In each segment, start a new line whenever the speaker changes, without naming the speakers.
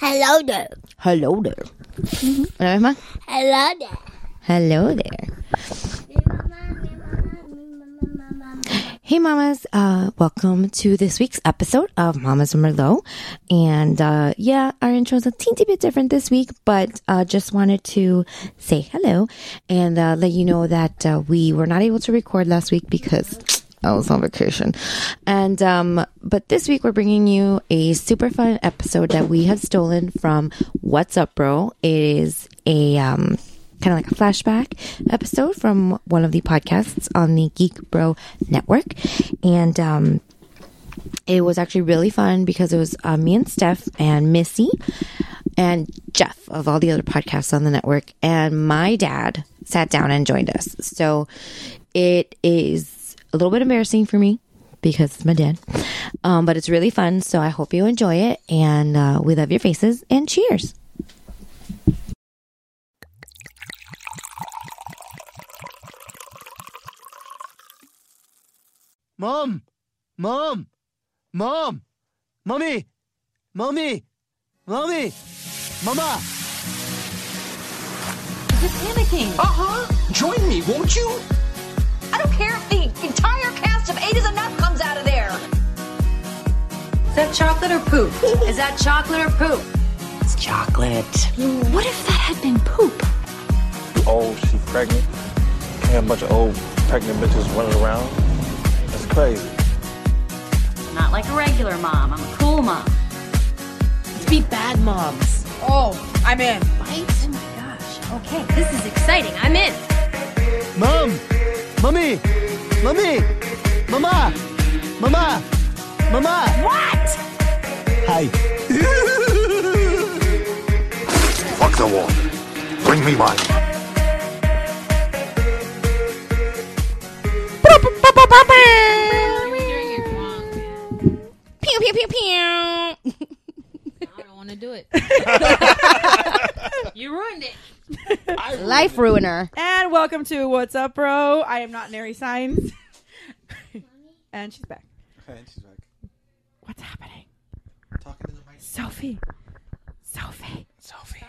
Hello there.
Hello there. Hello, Emma.
Hello there.
Hello there. Hey, mamas. Uh, welcome to this week's episode of Mamas and Merlot. And uh, yeah, our intro's a teensy bit different this week, but uh, just wanted to say hello and uh, let you know that uh, we were not able to record last week because I was on vacation. And, um, but this week we're bringing you a super fun episode that we have stolen from What's Up, Bro. It is a, um, kind of like a flashback episode from one of the podcasts on the Geek Bro network. And, um, it was actually really fun because it was uh, me and Steph and Missy and Jeff of all the other podcasts on the network and my dad sat down and joined us. So it is a little bit embarrassing for me because it's my dad, um, but it's really fun. So I hope you enjoy it and uh, we love your faces and cheers.
Mom! Mom! Mom! Mommy! Mommy! Mommy! Mama!
You're panicking. Uh huh. Join me, won't you? I don't care if the entire cast of Eight is Enough comes out of there. Is that chocolate or poop? is that chocolate or poop? It's chocolate. What if that had been poop?
old, she pregnant. Can't have a bunch of old pregnant bitches running around. That's crazy.
Not like a regular mom. I'm a cool mom. Let's be bad moms. Oh, I'm in. Right? Oh my gosh. Okay, this is exciting. I'm in.
Mom! Mommy! Mommy! Mama! Mama! Mama!
What?
Hi.
Fuck the water. Bring me wine.
Pew, pew, pew, pew.
I don't want to do it. you ruined it.
Life ruiner.
And welcome to What's Up, Bro. I am not Nary Signs. and she's back. What's happening? Sophie. Sophie. Sophie.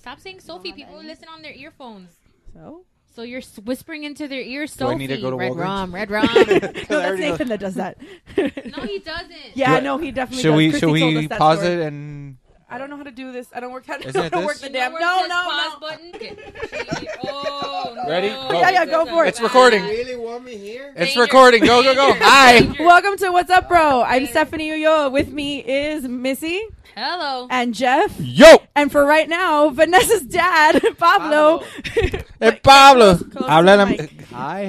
Stop saying Sophie. People listen on their earphones.
So?
So you're s- whispering into their ear,
I
Sophie.
need to go to
red
Walgreens?
rum, red rum.
No, that's Nathan that does that.
no, he doesn't.
Yeah, no, he definitely
Should
does.
we?
Christy
Should
told
we
us that
pause
story.
it and?
I don't know how to do this. I don't work how to,
Isn't it
I don't work
this?
the
You
damn.
know where
No,
it says
no,
pause button? Okay. Oh, no.
Ready?
no. Yeah, yeah, go for it.
It's recording.
want me here?
It's recording. Go, go, go. Hi.
Welcome to What's Up, Bro. I'm Stephanie Uyola. With me is Missy.
Hello.
And Jeff.
Yo.
And for right now, Vanessa's dad, Pablo.
Hey, Pablo.
close
Habla la-
Hi,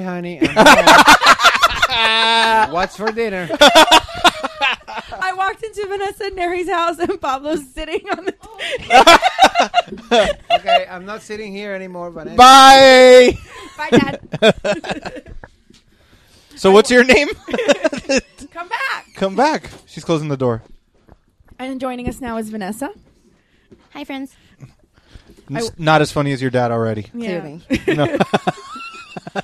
honey. I'm here. What's for dinner?
I walked into Vanessa and Neri's house, and Pablo's sitting on the. Oh.
okay, I'm not sitting here anymore. But anyway.
Bye.
Bye, Dad.
So, what's your name?
Come back.
Come back. She's closing the door.
And joining us now is Vanessa.
Hi, friends.
It's not as funny as your dad already.
Yeah.
No.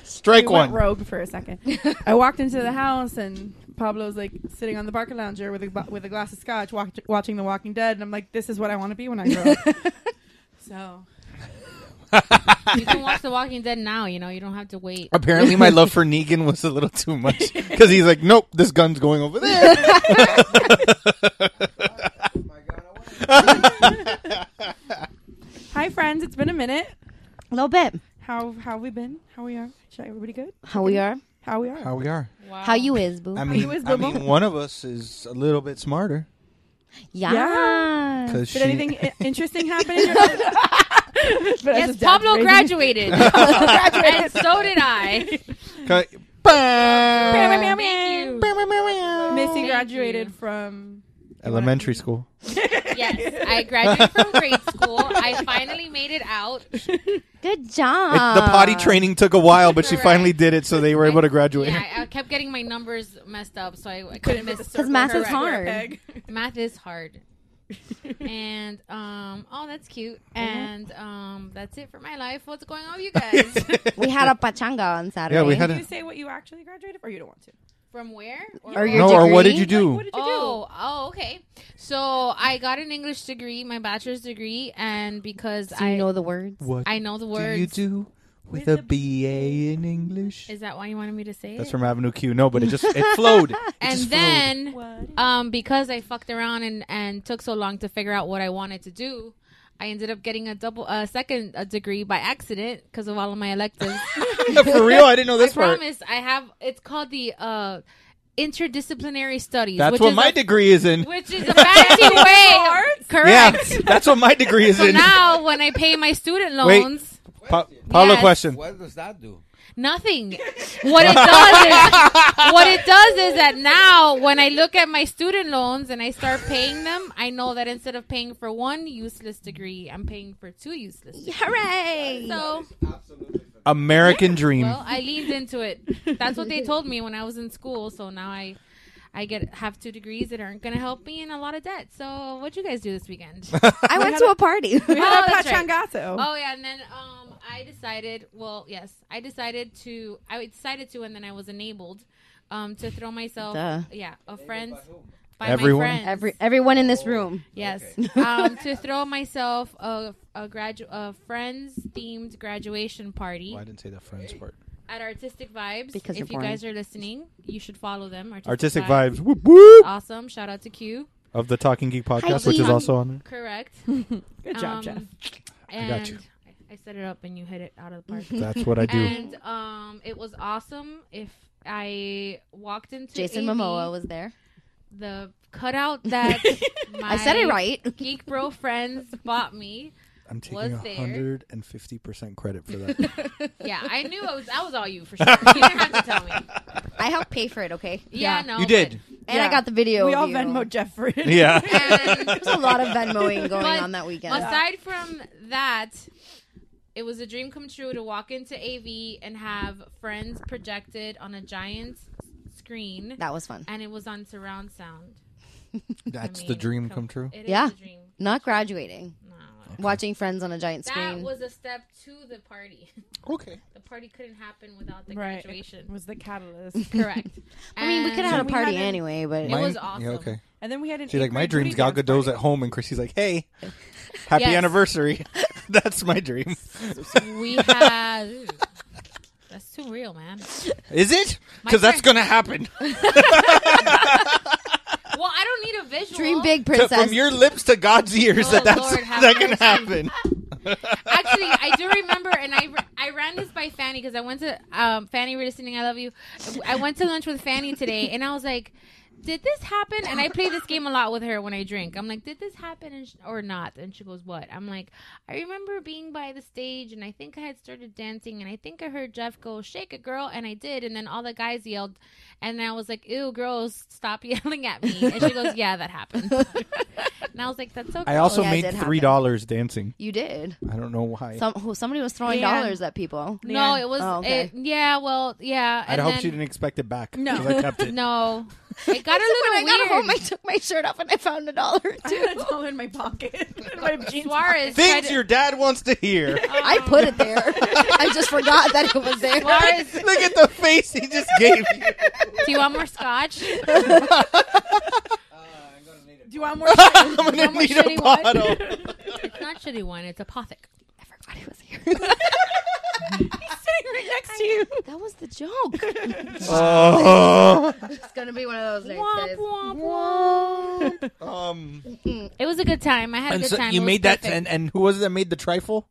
Strike
we
one.
went rogue for a second. I walked into the house and Pablo's like sitting on the barker lounger with a bu- with a glass of scotch, watch, watching The Walking Dead, and I'm like, "This is what I want to be when I grow up." so
You can watch The Walking Dead now. You know, you don't have to wait.
Apparently, my love for Negan was a little too much because he's like, "Nope, this gun's going over there."
Hi, friends. It's been a minute.
A little bit.
How how we been? How we are? Is everybody good?
How we are?
How we are?
How we are?
How you is, boo?
I mean, I mean, one of us is a little bit smarter.
yeah.
Cause
Did
she-
anything i- interesting happen? In your life? But I
yes,
just
Pablo
downplayed.
graduated. and so did I.
Cut.
Thank you.
Missy
Thank
graduated
you.
from
Elementary school.
Yes, I graduated from grade school. I finally made it out.
Good job.
It- the
Um,
potty training took a while, but she finally did it, so they were able to graduate.
Yeah, I, I kept getting my numbers messed up, so I, I couldn't miss.
Because math is hard.
Math is hard. and um, oh, that's cute.
Uh-huh.
And um, that's it for my life. What's going on with you guys?
we had a pachanga on Saturday.
we had
Can
a-
you say what you actually graduated, or you don't want to?
From where?
Or your
no, or what did
degree?
you do?
What did you
oh, oh, okay. So I got an English degree, my bachelor's degree, and because
Do you
I
know the words?
What
I know the words.
do you do with a BA in English?
Is that why you wanted me to say
That's
it?
from Avenue Q. No, but it just it flowed. It
and
just
then, um, because I fucked around and, and took so long to figure out what I wanted to do, I ended up getting a double, a second a degree by accident because of all of my electives.
flowed. for real. I didn't know this
I
part.
promise. I have. It's called the uh, interdisciplinary studies.
That's
which
what
is
my
a-
degree is in.
Which is a fancy way. Correct.
Yeah, that's what my degree is
So
in.
now, when I pay my student
Wait.
loans,
Pa- Pablo,
Yes.
question.
What does that do?
Nothing. What it does is what it does is that now when I look at my student loans and I start paying them, I know that instead of paying for one useless degree, I'm paying for two useless. Degrees.
Hooray!
So
American dream.
well, I leaned into it. That's what they told me when I was in school. So now I. I get have two degrees that aren't going to help me and a lot of debt. So, what you guys do this weekend? Oh,
I went to a party.
We had a
that's right.
pachangazo.
Oh yeah, and then um, I decided. Well, yes, I decided to. I decided to, and then I was enabled um, to throw myself.
Duh.
Yeah, a friends by,
Everyone?
my friends.
Every everyone in this room.
yes, um, to throw myself a a gradu- a friends themed graduation party
Well, I didn't say the friends part.
at Artistic Vibes.
Because
if
you're
you guys are listening, you should follow them. Artistic,
Artistic vibes. Whoop whoop.
Awesome! Shout out to Q.
Of the Talking Geek podcast,
Hi,
which is
Geek.
also on. there.
Correct. Um,
Good job, Jeff.
And
got you.
I set it up and you hit it out of the park.
That's what I do.
And um, it was awesome. If I walked into
Jason
AB,
Momoa was there.
the cutout that my
I said it right.
geek bro friends bought me.
I'm
was
taking
there.
hundred and fifty percent credit for that.
Yeah, I knew it was that was all you for sure. You didn't have to tell me.
I helped pay for it, okay?
Yeah,
Yeah.
no,
you did.
And
Yeah.
I got the video.
We all
of you.
Venmo Jeff for it.
Yeah.
There's a lot of Venmoing going
But
on that weekend.
Aside from that, it was a dream come true to walk into AV and have friends projected on a giant screen,
That was fun.
and it was on surround sound.
That's
I
the
mean,
dream
com-
come true.
It is
Yeah.
a dream.
Not graduating.
No.
Watching friends on a giant
That
screen.
was a step to the party.
Okay.
The party couldn't happen without the
Right.
graduation.
Was the catalyst.
Correct.
I mean, we could have had
And
a party
had an-
anyway, but
It was awesome.
Yeah, okay.
And then we had an.
She's like, my
eighth-grade
dream's
booty
Gal
dance
Gadot's
party.
at home, and Chrissy's like, hey, happy
Yes.
anniversary. That's my dream.
we had. That's too real, man.
Is it?
My
Because that's
friend-
going to happen.
Well, I don't need a visual.
Dream big
To-
princess.
from your lips to God's ears,
Oh,
that that's
Lord, have
that can
mercy.
happen.
Actually, I do remember, and I I ran this by Fanny because I went to um, Fanny. We're listening. I love you. I went to lunch with Fanny today, and I was like, "Did this happen?" And I play this game a lot with her when I drink. I'm like, "Did this happen and sh- or not?" And she goes, "What?" I'm like, "I remember being by the stage, and I think I had started dancing, and I think I heard Jeff go shake a girl, and I did, and then all the guys yelled, and I was like, "Ew, girls, stop yelling at me!" And she goes, "Yeah, that happened." and I was like, "That's so."
I also
Yeah, it
made
did happen.
$3 dancing.
you did.
I don't know why.
Some, who somebody was throwing
Yeah.
dollars at people.
No, it was.
Oh, okay.
it- yeah, well, yeah.
I
and
hope
then-
she didn't expect it back.
No.
'cause I kept it.
No, It got a
So
little
when I
weird.
got home, I took my shirt off and I found a dollar or two. I
dollar in my pocket. my jeans
Suarez tried
Things
to-
your dad wants to hear.
I put it there. I just forgot that it was there.
Suarez-
Look at the face he just gave you.
Do you want more scotch?
Do you want more? I'm
gonna need a bottle.
it's not shitty wine. It's apothic.
sitting right next to you. That was the joke.
Oh.
It's gonna be one of those days.
Womp,
womp,
Um,
Mm-mm. It was a good time. I had a
and
good
so
time.
you
It was
made that,
perfect.
and, and who was it that made the trifle?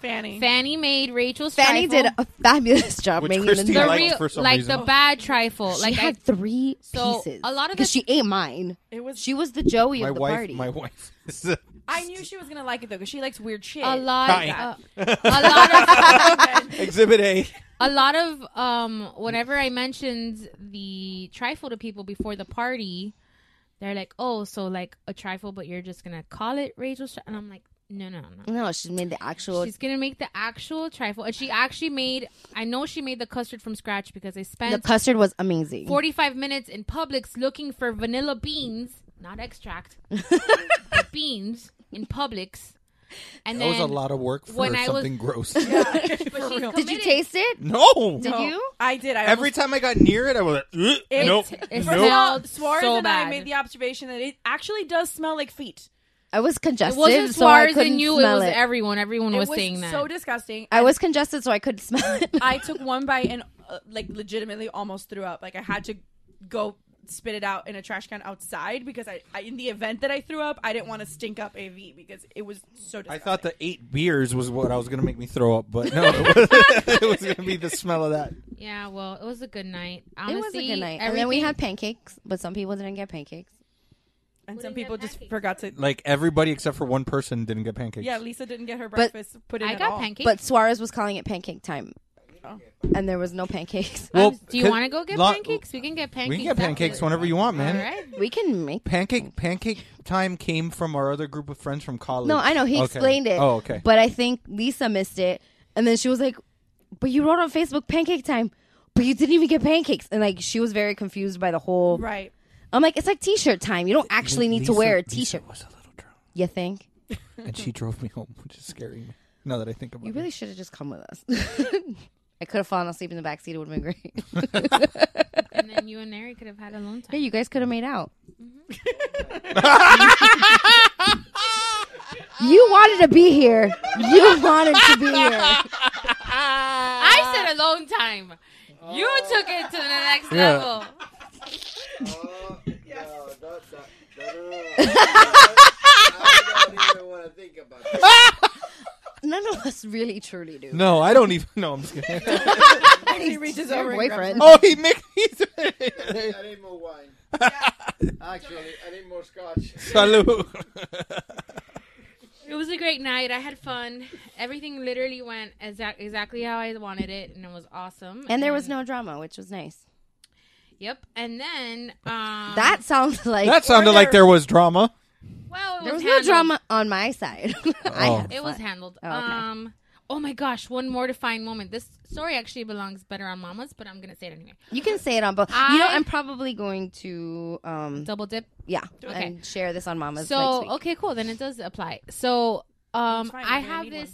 Fanny.
Fanny made Rachel's.
Fanny
trifle.
did a fabulous job
Which
making
Christy
the
liked
real-
for some
like
reason.
the bad trifle.
She
like
had
I,
three
So,
pieces.
a lot of
because
the-
she ate mine.
It was.
She was the Joey
my
of the
wife,
party.
my wife. is a-
I knew she was gonna like it though, because she likes weird shit.
a lot,
Hi.
uh, a lot of
Exhibit A.
a lot of um whenever I mentioned the trifle to people before the party, they're like, "Oh, so like a trifle, but you're just gonna call it Rachel's," tri-" and I'm like, "No, no, no."
No, she made the actual.
She's gonna make the actual trifle, and she actually made. I know she made the custard from scratch because I
the
spent
custard was amazing.
45 minutes in Publix looking for vanilla beans, not extract, but beans in Publix. And
That was a
then
lot of work for
when I was-
something gross.
Did you taste it?
No.
Did you?
I did. I
Every
almost-
time I got near it, I was like, "Ugh,
It-
nope,
it
First of all,
nope.
smelled
Suarez
so
and I
bad.
made the observation that it actually does smell like feet.
I was
It
congested,
wasn't
so I
Suarez
couldn't
and you, it
smell
was everyone. Everyone was, saying that.
so disgusting.
I was congested, so I couldn't smell it.
I took one bite and uh, like legitimately almost threw up. Like I had to go spit it out in a trash can outside because I, I in the event that I threw up, I didn't want to stink up AV because it was so
I
disgusting.
thought the eight beers was what I was going to make me throw up, but no, it was, it was going to be the smell of that.
yeah, well, it was a good night.
it
Honestly,
was a good night. And then we
everything-
had pancakes, but some people didn't get pancakes.
and some people just forgot to
Like everybody except for one person didn't get pancakes.
Yeah, Lisa didn't get her
But-
breakfast put in
I
at
got
all.
pancakes.
But Suarez was calling it pancake time, Oh. and there was no pancakes.
Well,
Do you
could-
want to go get
lo-
pancakes? We can get pancakes.
We can get pancakes whenever you want, man.
All right.
we can make.
Pancake pancake time came from our other group of friends from college.
No, I know he
Okay.
explained it.
Oh, okay.
But I think Lisa missed it, and then she was like, "But you wrote on Facebook pancake time, but you didn't even get pancakes," and like she was very confused by the whole.
Right.
I'm like, it's like t-shirt time. You don't actually need to
Lisa-
wear a
Lisa
t-shirt. You think?
and she drove me home, which is scaring me. Now that I think about
You
it,
really should have just come with us. I could have fallen asleep in the back seat. It would have been great.
And then you and Nary could have had a long time.
yeah, you guys
Mm-hmm.
could have made out.
Mm-hmm.
you wanted to be here. You wanted to be here.
I said a long time. You
Oh.
took it to the next
Yeah.
level.
None of us really truly do.
no, I don't even. No, I'm just kidding.
He reaches over and grabs
boyfriend.
oh, he mixed. He's,
I need more wine. Actually, I need more scotch.
salute.
It was a great night. I had fun. Everything literally went exac- exactly how I wanted it, and it was awesome.
And there was no drama, which was nice.
Yep. And then um,
That sounds like
that sounded like there was drama.
well, it
there was
was
no
handled.
drama on my side. I
Oh.
had
It was
fun.
handled.
Oh, okay.
Um. Oh my gosh! One mortifying moment. This story actually belongs better on Mama's, but I'm gonna say it anyway.
You can say it on both. you know,
I-
I'm probably going to um
Double dip.
yeah,
Okay.
and share this on Mama's. next
so
week.
okay cool then it does apply so um
fine,
i
we're gonna
have
need
this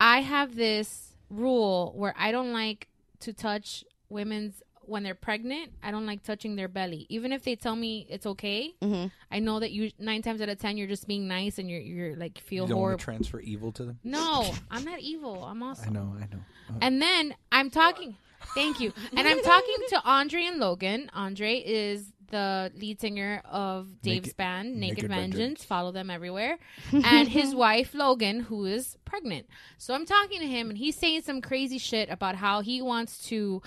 i have this rule where i don't like to touch women's when they're pregnant i don't like touching their belly even if they tell me it's okay
Mm-hmm.
Mhm.
i know that you nine times out of ten you're just being nice and you're you're like
You
feel
don't want
horrible
to transfer evil to them.
no i'm not evil i'm
I
awesome
know. I know.
and then i'm talking thank you and i'm talking to andre and logan andre is the lead singer of dave's
Naked-
band naked,
Naked
vengeance.
Vengeance.
follow them everywhere and his wife logan who is pregnant so i'm talking to him and he's saying some crazy shit about how he wants to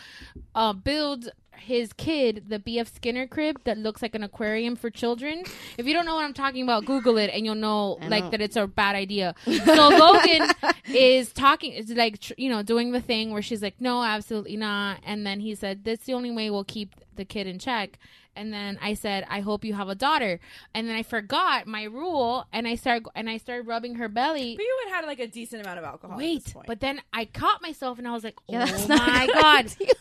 uh, build his kid the bf skinner crib that looks like an aquarium for children if you don't know what i'm talking about google it and you'll know
I know.
like that it's a bad idea so logan is talking is like tr- you know doing the thing where she's like no absolutely not and then he said that's the only way we'll keep the kid in check and then i said i hope you have a daughter and then i forgot my rule and i start and i started rubbing her belly
But you would have had like a decent amount of alcohol. at this
wait
point.
but then i caught myself and i was like
Yeah, that's
oh
not a
my
good
god
idea.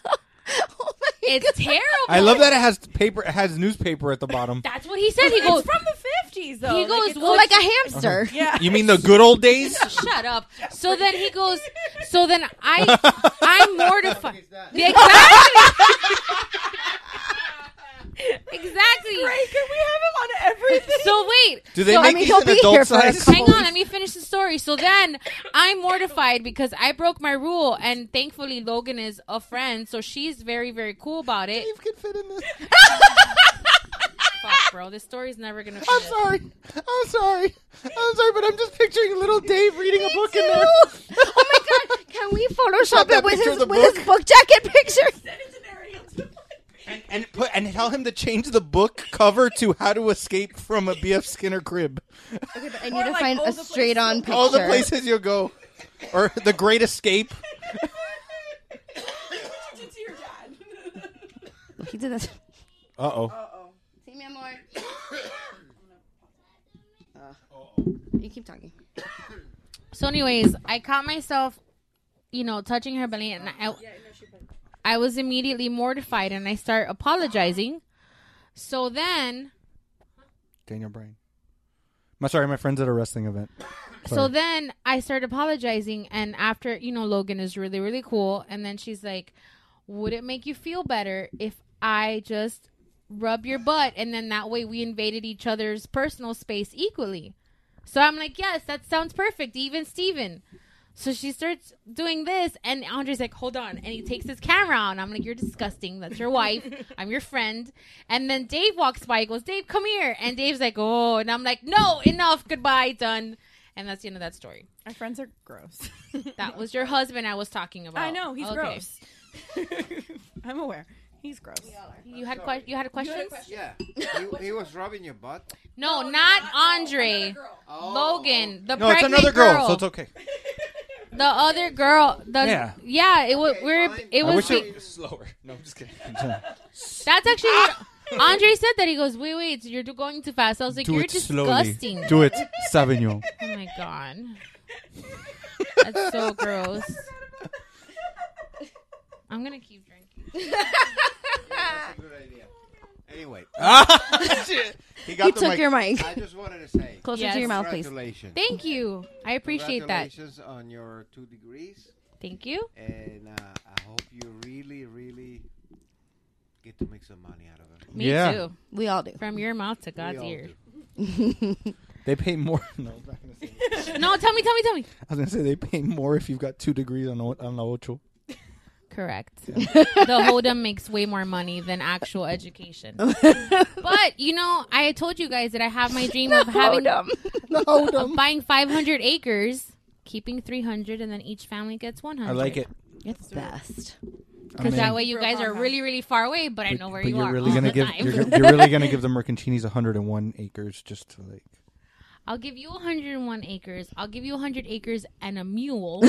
oh my
It's terrible.
I love that it has paper. It has newspaper at the bottom.
That's what he said. He
It's
goes
from the fifties, though.
He
Like,
goes
it's
well,
like-
like a hamster.
Oh
Uh-huh. Yeah.
You mean the good old days?
Shut up. So then he goes. So then I, I'm mortified. Exactly. exactly.
Great, can we have him on everything?
So wait.
Do they
so,
make these in adult size?
Hang on, let me finish the story. So then I'm mortified because I broke my rule, and thankfully Logan is a friend, so she's very, very cool about it. Dave
can fit in this.
Fuck, bro, this story's never gonna.
I'm
finish.
sorry. I'm sorry. I'm sorry, but I'm just picturing little Dave reading a book in there.
oh my god! Can we Photoshop
that
it with
picture
his
of the
with his book jacket picture?
And put and tell him to change the book cover to "How to Escape from a B.F. Skinner Crib."
Okay, but I need to find a straight on picture.
All the places you'll go, or the Great Escape.
He did this.
Uh oh.
See me more. You keep talking.
So, anyways, I caught myself, you know, touching her belly, and I, I was immediately mortified, and I start apologizing. So then,
Daniel Bryan. My sorry, my friends at a wrestling event.
so then I started apologizing, and after, you know, Logan is really, really cool, and then she's like, "Would it make you feel better if I just rub your butt, and then that way we invaded each other's personal space equally?" So I'm like, "Yes, that sounds perfect." Even Steven. So she starts doing this, and Andre's like, "Hold on!" And he takes his camera out. And I'm like, "You're disgusting. That's your wife. I'm your friend." And then Dave walks by. He goes, "Dave, come here." And Dave's like, "Oh," and I'm like, "No, enough. Goodbye. Done." And that's the end of that story.
My friends are gross.
That was your husband I was talking about.
I know he's
Okay.
gross. I'm aware. He's gross.
You had que- you had a question?
Yeah. he, he was rubbing your butt. Oh.
No, not Andre. Logan, the
No, it's
pregnant
another
girl,
girl,
so it's okay.
The other girl, the
Yeah.
yeah, it was we're it was. be-
slower. No, I'm just kidding.
That's actually
Ah!
Andre said that he goes, wait, wait, you're going too fast. I was like,
Do
you're
it slowly.
disgusting.
Do it, Savignon.
Oh my god, that's so gross. I'm gonna keep drinking.
That's a good idea. Anyway.
Ah, shit. He got He the took mic. your mic.
I just wanted to say.
Closer to your mouth, please.
Congratulations.
Thank you. I appreciate that.
Congratulations on your two degrees.
Thank you.
And uh, I hope you really, really get to make some money out of it.
Me too.
We all do.
From your mouth to God's
all
ear.
They pay more. No, I'm not gonna say.
no, tell me, tell me, tell me.
I was gonna say they pay more if you've got two degrees on o- on la ocho.
Correct. the Hold'em makes way more money than actual education. but you know, I told you guys that I have my dream of having of buying 500 acres, keeping 300, and then each family gets 100.
I like it.
It's best.
I'm
Because that
in.
way you guys are really, really far away, but I know where
But
you
you're
are.
really
all
gonna
the
give
time.
you're, gonna- you're really gonna give the Mercantinis 101 acres just to like.
I'll give you 101 acres. I'll give you 100 acres and a mule.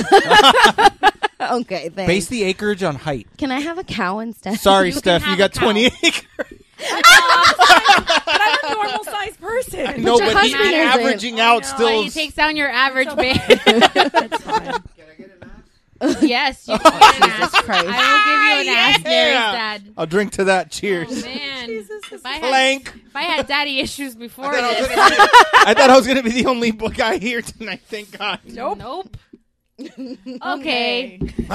okay, thanks.
Base the acreage on height.
Can I have a cow instead?
Sorry, Steph, you got 20 acres.
but I'm a normal
sized person.
I know, but even averaging out still.
he takes down your average man. That's fine. Yes, you can. Jesus Christ. I will give you an ass, Mary's dad. Oh,
I'll drink to that. Cheers.
Man, if I,
Plank.
Had, if I had daddy issues before
I thought I was
this,
I thought I was gonna be the only guy here tonight. Thank God.
nope. Okay.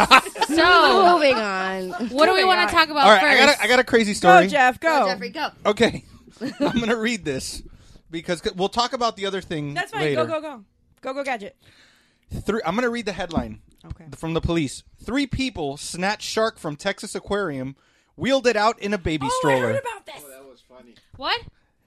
so,
moving on.
What do we want to talk about
All right,
first?
I got a, I got a crazy
Go,
story.
Jeffrey, go.
Okay, I'm gonna read this because we'll talk about the other thing.
That's fine. Go,
Later.
go, go. Go, go, gadget.
Three, I'm gonna read the headline. Okay. From the police, three people snatched shark from Texas aquarium, wheeled it out in a baby stroller.
Oh, about this.
What?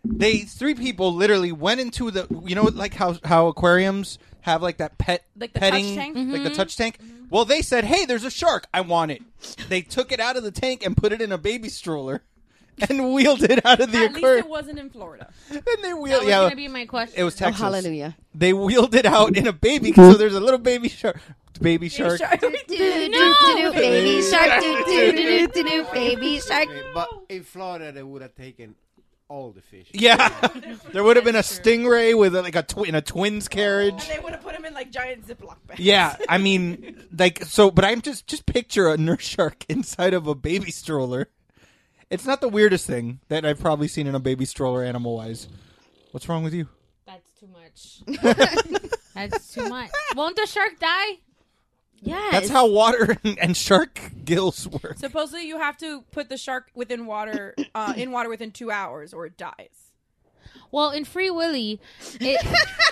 they three people literally went into the you know like how how aquariums have like that pet
Like the touch
petting
tank?
like the
Mhm.
touch tank. Well, they said, "Hey, there's a shark. I want it." They took it out of the tank and put it in a baby stroller, and wheeled it out of the
At least
aquarium.
it wasn't in Florida.
And they wheel.
was
yeah,
gonna be my question.
It was
Oh,
Texas.
hallelujah.
They wheeled it out in a baby. So there's a little baby shark. Baby shark.
No! Baby shark, do, do, do, do, do, baby shark.
But in Florida, they would have taken all the fish.
Yeah, there would have been a stingray with a, like a twi- in a twins carriage.
And Oh, they would have put him in like giant Ziploc bags.
Yeah, I mean, like so. But I'm just just picture a nurse shark inside of a baby stroller, It's not the weirdest thing that I've probably seen in a baby stroller, animal wise. What's wrong with you?
That's too much. That's too much. Won't the shark die?
Yeah.
That's how water and, and shark gills work.
Supposedly, you have to put the shark within water, uh, in water within two hours, or it dies.
Well, in Free Willy, it,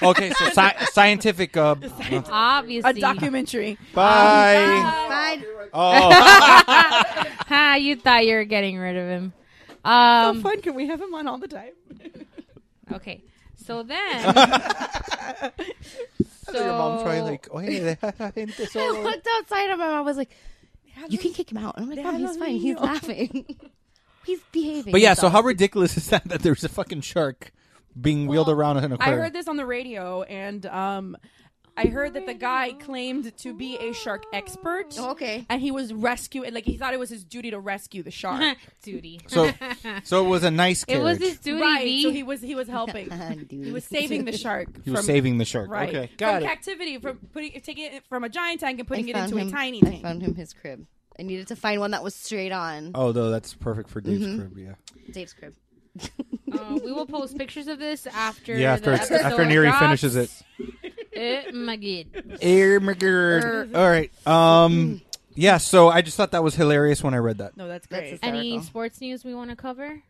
Okay, so sci- scientific. Uh, uh,
obviously
A documentary.
bye.
Fine.
Oh.
ha, you thought you were getting rid of him. Um,
How fun can we have him on all the time?
Okay. So then. so,
your mom probably like, oh, hey,
I looked outside and my mom was like, "You can kick him out." And I'm like, "Mom, he's fine. He's
Déjalo
laughing. he's behaving."
But yeah, so
himself."
how ridiculous is that that there's a fucking shark being wheeled around in an
I
aquarium?
heard this on the radio, and um, I heard that the guy claimed to be a shark expert.
okay.
And he was rescuing, like he thought it was his duty to rescue the shark.
duty.
So, so it was a nice carriage.
duty,
Right,
V.
so he was he was helping. he was saving the shark.
He was
from-
saving the shark.
Right.
Okay,
from
got it.
captivity, from putting taking it from a giant tank and putting
I
it
found
into
him-
a tiny
I
tank.
found him his crib. I needed to find one that was straight on
Oh, though that's perfect for Dave's
Mm-hmm.
Mhm.
crib. Yeah.
Dave's crib.
Uh, we will post pictures of this after.
Yeah, after
the
it's- after
episode
Neri
drops.
finishes it.
Eh, my God.
Air
Er,
McGird. All right.
mm.
Um. Yeah. So I just thought that was hilarious when I read that.
No, that's
great.
great.
Any sports news we want to cover?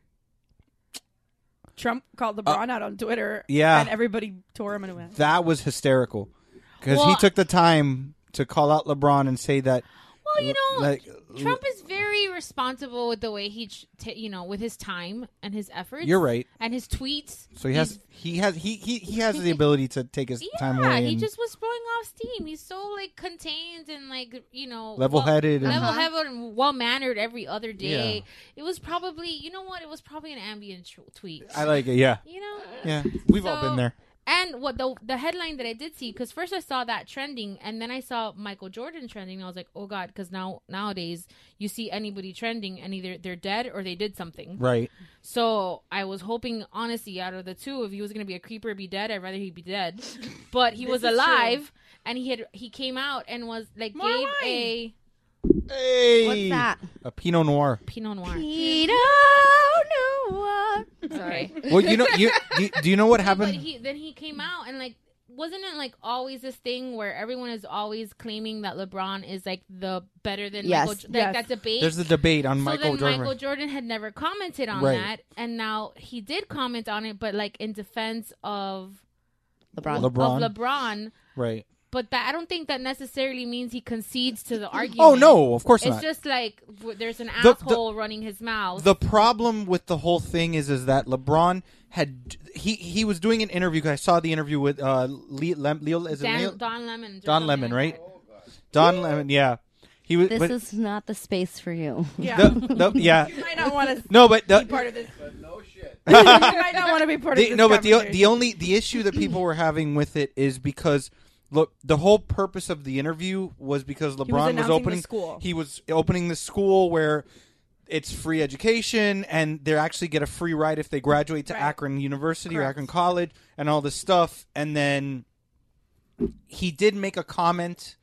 Trump called LeBron out on Twitter.
Uh, yeah.
and everybody tore him a new one.
That was hysterical because he
Well-
took the time to call out LeBron and say that.
Well, you know,
like,
Trump is very responsible with the way he, ch- t- you know, with his time and his efforts.
You're right.
And his tweets.
So he has he has he he, he has the ability to take his time
Yeah,
away.
he
and-
just was blowing off steam. He's so like contained and like you know
Level-headed and-
level headed and well mannered every other day.
Yeah.
It was probably you know what? It was probably an ambient tr- tweet.
I like it. Yeah.
You know.
Yeah. We've all
So-
been there.
And what the the headline that I did see because first I saw that trending and then I saw Michael Jordan trending and I was like oh god because now nowadays you see anybody trending and either they're dead or they did something
Right.
so I was hoping honestly out of the two if he was gonna be a creeper or be dead I'd rather he be dead but he
This
was
is true.
alive and he had he came out and was like
More
gave
wine.
a
Hey.
What's that?
A Pinot Noir.
Pinot Noir
Pinot
Noir sorry
Well, you know, you do, do you know what
But
happened?
he then he came out and like wasn't it like always this thing where everyone is always claiming that LeBron is like the better than
Yes.
Michael Jordan?
Yes.
Like that debate.
There's a debate on
so
Michael
then
Jordan.
Michael Jordan had never commented on
Right.
that, and now he did comment on it, but like in defense of
LeBron.
LeBron.
Of LeBron.
Right.
But that, I don't think that necessarily means he concedes to the argument.
Oh, no, of course
it's
not.
It's just like w- there's an
The- the-
asshole running his mouth.
The problem with the whole thing is, is that LeBron had he he was doing an interview. 'cause I saw the interview with uh, Leo, Lem, Leo is it
Dan-
Leo?
Don Lemon.
Don Lemon, right? Don Lemon, yeah. He was.
This
but
is not the space for you.
Yeah.
the, the, yeah.
You might not wanna
No, but the,
be part of this. But no shit. you might not want to be part of
the,
this.
no, but the
conversation.
the only the issue that people were having with it is because look, the whole purpose of the interview was because LeBron was,
announcing the
opening
school.
He was opening the school where it's free education and they actually get a free ride if they graduate to Akron University or Akron College and all this stuff. And then he did make a comment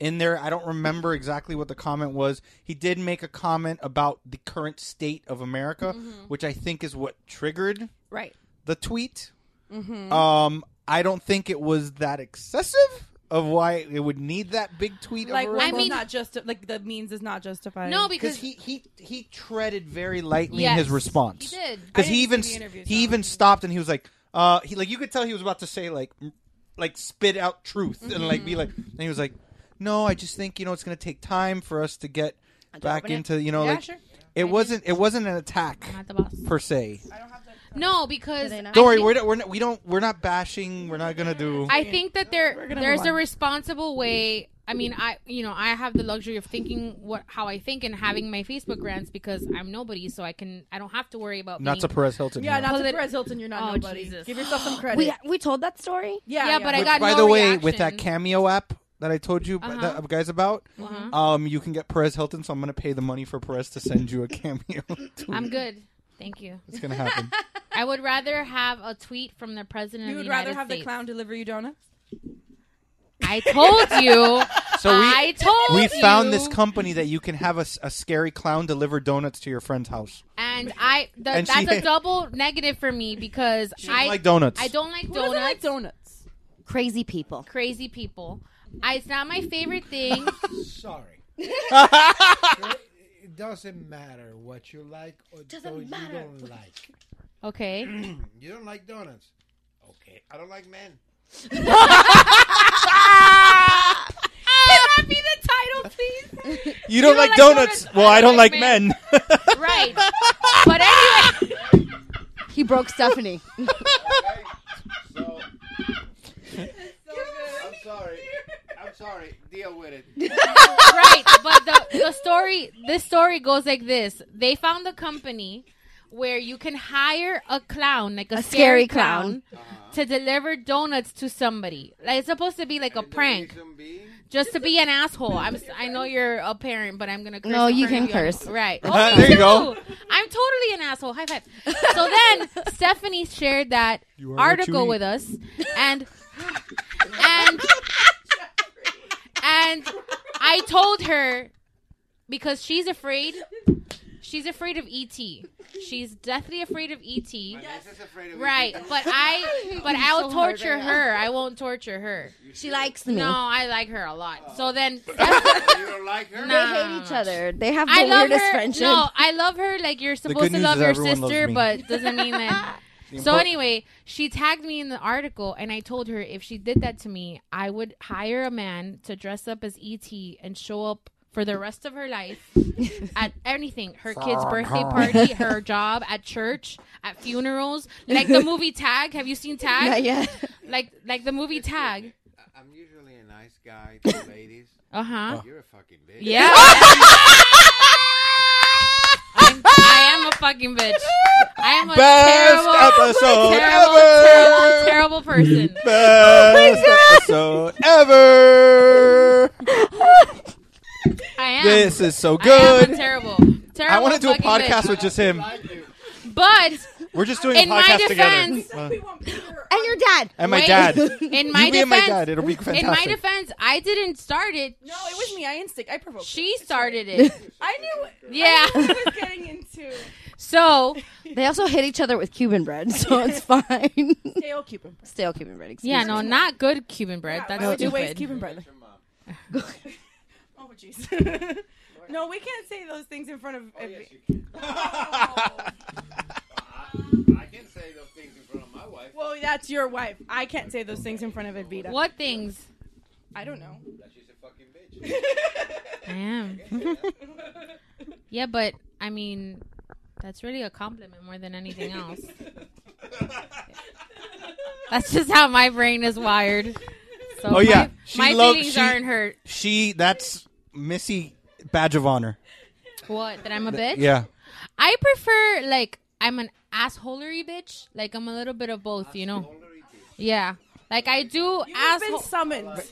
in there. I don't remember exactly what the comment was. He did make a comment about the current state of America,
Mm-hmm.
which I think is what triggered
right.
the tweet.
Mhm.
Um, I don't think it was that excessive of why it would need that big tweet.
Like,
of a
I mean,
response.
not just like the means is not justified.
No, because
he he he treaded very lightly in his
Yes,
response.
he did. I
because
didn't
he
see
even
the
s-
interview,
he even stopped and he was like, uh, he like you could tell he was about to say like m- like spit out truth and like
Mm-hmm.
be like, and he was like, no, I just think you know it's gonna take time for us to get back
open it.
into you know
Yeah,
like
sure.
it wasn't it wasn't an attack
not the boss.
per se.
No, because
Don't
I
worry,
thi-
we're not, we're not, we don't we're not bashing. We're not gonna do.
I think that there
gonna
there's
move
a
on.
responsible way. I mean, I you know I have the luxury of thinking what how I think and having my Facebook rants because I'm nobody, so I can I don't have to worry about
not
being-
to Perez Hilton.
yeah,
no.
not to
Polit-
Perez Hilton. You're not
Oh,
nobody.
Jesus.
Give yourself some credit.
We we told that story.
yeah,
Yeah, but I
Which,
got
by
no
the way,
reaction.
with that Cameo app that I told you
Uh-huh.
that, guys about,
Uh-huh.
um, you can get Perez Hilton. So I'm gonna pay the money for Perez to send you a Cameo. tweet.
I'm good. Thank you.
It's gonna happen.
I would rather have a tweet from the president.
you
of
would
the
rather
United
have the
States.
clown deliver you donuts.
I told you.
So we
I told
we
you.
found this company that you can have a, s- a scary clown deliver donuts to your friend's house.
and I the,
And
that's
she-
a double negative for me because I
like donuts.
I don't like
Who
donuts.
doesn't like
donuts.
Crazy people.
Crazy people. I, it's not my favorite thing.
Sorry. it doesn't matter what you like or what you don't like.
Okay.
you don't like donuts. Okay. I don't like men.
Can that be the title, please?
You don't, like, donuts. Well, I don't like men.
right. But anyway,
He broke Stephanie.
I'm sorry. I'm sorry. Deal with it.
right. But the, the story, this story goes like this: They found a company where you can hire a clown, like a,
A
scary,
scary
clown,
Uh-huh.
to deliver donuts to somebody. Like it's supposed to be like a prank, just to be an asshole. I'm. s- I know you're a parent, but I'm gonna. Curse
No,
in
you
front of
can curse.
Right.
There
Okay,
you go.
cool. I'm totally an asshole. High five. So then Stephanie shared that
You are what you
article
eat.
with us, and and and I told her because she's afraid. She's afraid of ET. She's deathly afraid of ET.
E
right, but I but
You're
I will
so hard
torture
right now.
her. I won't torture her.
She likes me.
No, I like her a lot. So then
You don't like her?
They hate each other. They have the
I love
weirdest
her.
friendship.
No, I love her like you're
The good
supposed to
news
love
is
your
everyone loves
sister,
me.
but doesn't mean that.
The
so
impor-
anyway, she tagged me in the article, and I told her if she did that to me, I would hire a man to dress up as ET and show up for the rest of her life at anything her kid's birthday party, her job, at church, at funerals, like the movie Tag. Have you seen Tag?
Not yet.
Like like the movie Tag.
I'm usually a nice guy to ladies.
Uh-huh.
You're a fucking bitch.
Yeah. I'm, I am a fucking bitch. I am a
Best
terrible,
episode
terrible,
ever.
terrible, terrible person.
Best
Oh
episode ever.
I am.
This is so
I am
good.
a terrible. Terrible.
I want to do a
fucking
podcast
bitch.
with just him.
But
We're just doing a
in my
podcast
defense-
together.
and your dad.
And my dad.
In my defense,
You be my dad. It'll be
in my
fantastic.
defense, I didn't start it. No,
it was me. I instinct. I provoked.
She started it.
I knew.
Yeah.
I knew what I was getting into
So
they also hit each other with Cuban bread, so it's fine.
stale Cuban.
Stale Cuban bread. Excuse
yeah,
me.
no, not good Cuban bread. That's
Why would you
stupid.
waste Cuban bread? Oh jeez. no, we can't say those things in front of.
Oh, I can say those things in front of my wife.
well, that's your wife. I can't say those things in front of Evita.
What things?
I don't know.
That she's a fucking bitch.
I am. yeah, but I mean, that's really a compliment more than anything else. that's just how my brain is wired. So
oh yeah,
my, my
loved-
feelings
she-
aren't hurt.
She that's Missy badge of honor.
What? That I'm a bitch.
Yeah.
I prefer like I'm an assholery bitch. Like I'm a little bit of both, you know. Yeah. Like I do
have been
asshole.
summoned.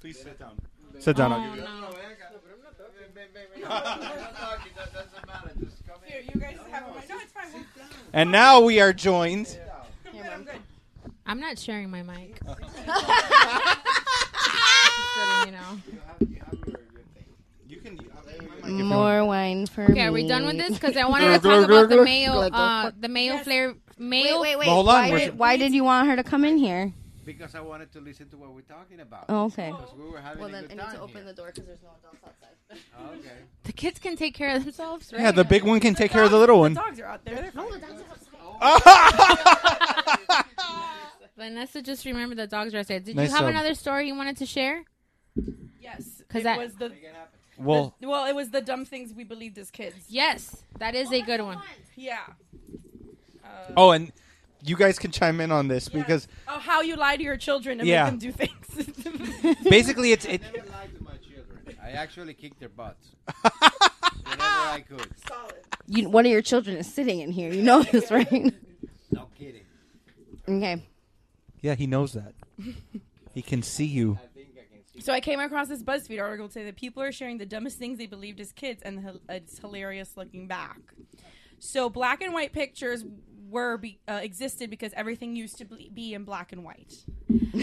Please sit down. Sit down. I'll give you that.
Here, you guys have my. No, it's fine.
And now we are joined.
I'm good.
I'm not sharing my mic.
More wine for me.
Okay, are we done with this? Because
Mm.
I wanted to talk about the mayo, uh, the mayo flair, mayo.
Wait, wait.
Well, hold on,
why,
we're-
did, why did you want her to come in here?
Because I wanted to listen to what we're talking about.
Oh, okay.
Because we were having
Well,
a
then
good
I need to
time
open
here.
the door because there's no adults outside.
Okay.
The kids can take care of themselves, right?
Yeah, the big one can take care of the little one.
Dogs are out there.
No, the dogs are outside.
Vanessa just remembered the dogs are outside. Did
Nice
you have
job.
another story you wanted to share?
Yes,
'Cause
it
that-
was the
Oh.
Well,
well, it was the dumb things we believed as kids.
Yes, that is a good one.
Yeah.
oh, and you guys can chime in on this because
Oh, how you lie to your children and
Yeah.
make them do things.
basically it's it.
I never lied to my children. I actually kicked their butts. Whenever I could.
You, one of your children is sitting in here. You know this, right?
No kidding.
Okay.
Yeah, he knows that. He can see you.
So I came across this BuzzFeed article today that people are sharing the dumbest things they believed as kids, and hil- it's hilarious looking back. So black and white pictures were be, uh, existed because everything used to be, be in black and white.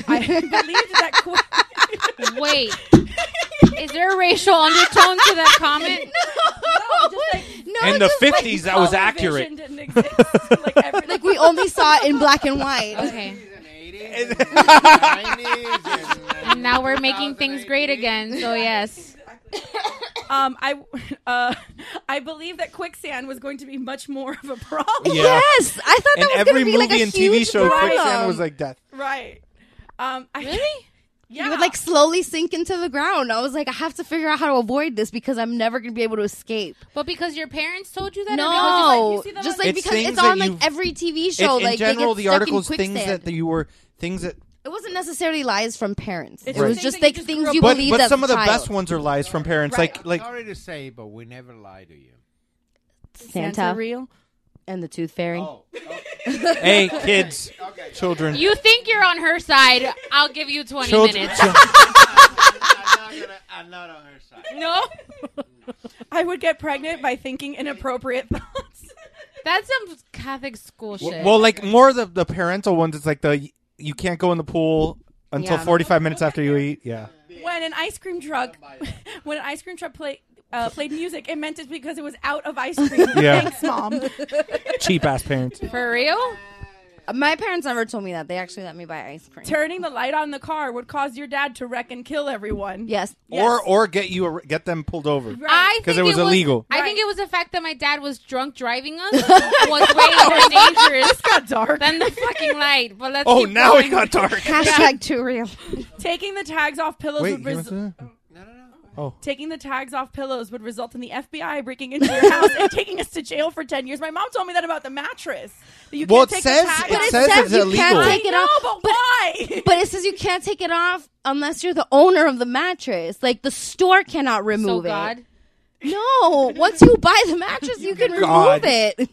I believed that. Qu-
Wait, is there a racial undertone to that comment?
No, just like,
No, No,
in
it
the
just, like,
fifties, that was
television
accurate.
didn't exist. like, we only saw it in black and white.
Okay. And now we're making things great again. So yes.
Um, I, uh, I believe that quicksand was going to be much more of a problem.
Yeah.
Yes, I thought
In
that was
every
going to be like a
movie and TV
huge
show,
problem.
quicksand was like death.
Right. Um, I,
really?
Yeah.
You would like slowly sink into the ground. I was like, I have to figure out how to avoid this because I'm never gonna be able to escape.
But because your parents told you that? or
No,
because you see them
just
on-
like
It's
because
things
it's
that
on like
you've-
every TV show.
It- in
like
general,
they get
the
stuck in
articles, things
quicksand.
that you were, things that
it wasn't necessarily lies from parents.
It's
it was
just
just
things that
like
you just
things
grew up
you
but,
believed
but
as
some
a
of the
child.
best ones are lies from parents. Like like
Sorry to say, but we never lie to you.
Santa, Oh.
real,
and the Tooth Fairy.
hey, kids, children.
You think you're on her side? I'll give you 20
Children-
minutes.
chil-
no,
I would get pregnant by thinking inappropriate thoughts.
that's some Catholic school shit.
well, like more of the, the parental ones. It's like the you can't go in the pool until
Yeah.
forty five minutes after you eat. Yeah.
when an ice cream truck, when an ice cream truck played. Uh, played music. It meant it because it was out of ice cream.
Yeah.
Thanks, mom.
Cheap ass parents.
For real?
My parents never told me that. They actually let me buy ice cream.
Turning the light on the car would cause your dad to wreck and kill everyone.
Yes.
Or or get you a, get them pulled over
I think
it was illegal.
I think it was the fact that my dad was drunk driving us was way more dangerous. This
got dark.
Than the fucking light. But let's.
Oh,
keep
now
going.
it got dark.
Hashtag too real.
Taking the tags off pillows
Wait,
would
you want
result.
to- Oh.
Taking the tags off pillows would result in the FBI breaking into your house and taking us to jail for ten years. My mom told me that about the mattress. That you
Well,
can't
it
take
says-
the tag
it
off.
says it's
you
illegal.
can't take
I
it
know,
off.
but why?
But it says you can't take it off unless you're the owner of the mattress. Like the store cannot remove
God?
it. No, once you buy the mattress, you can remove
God.
it.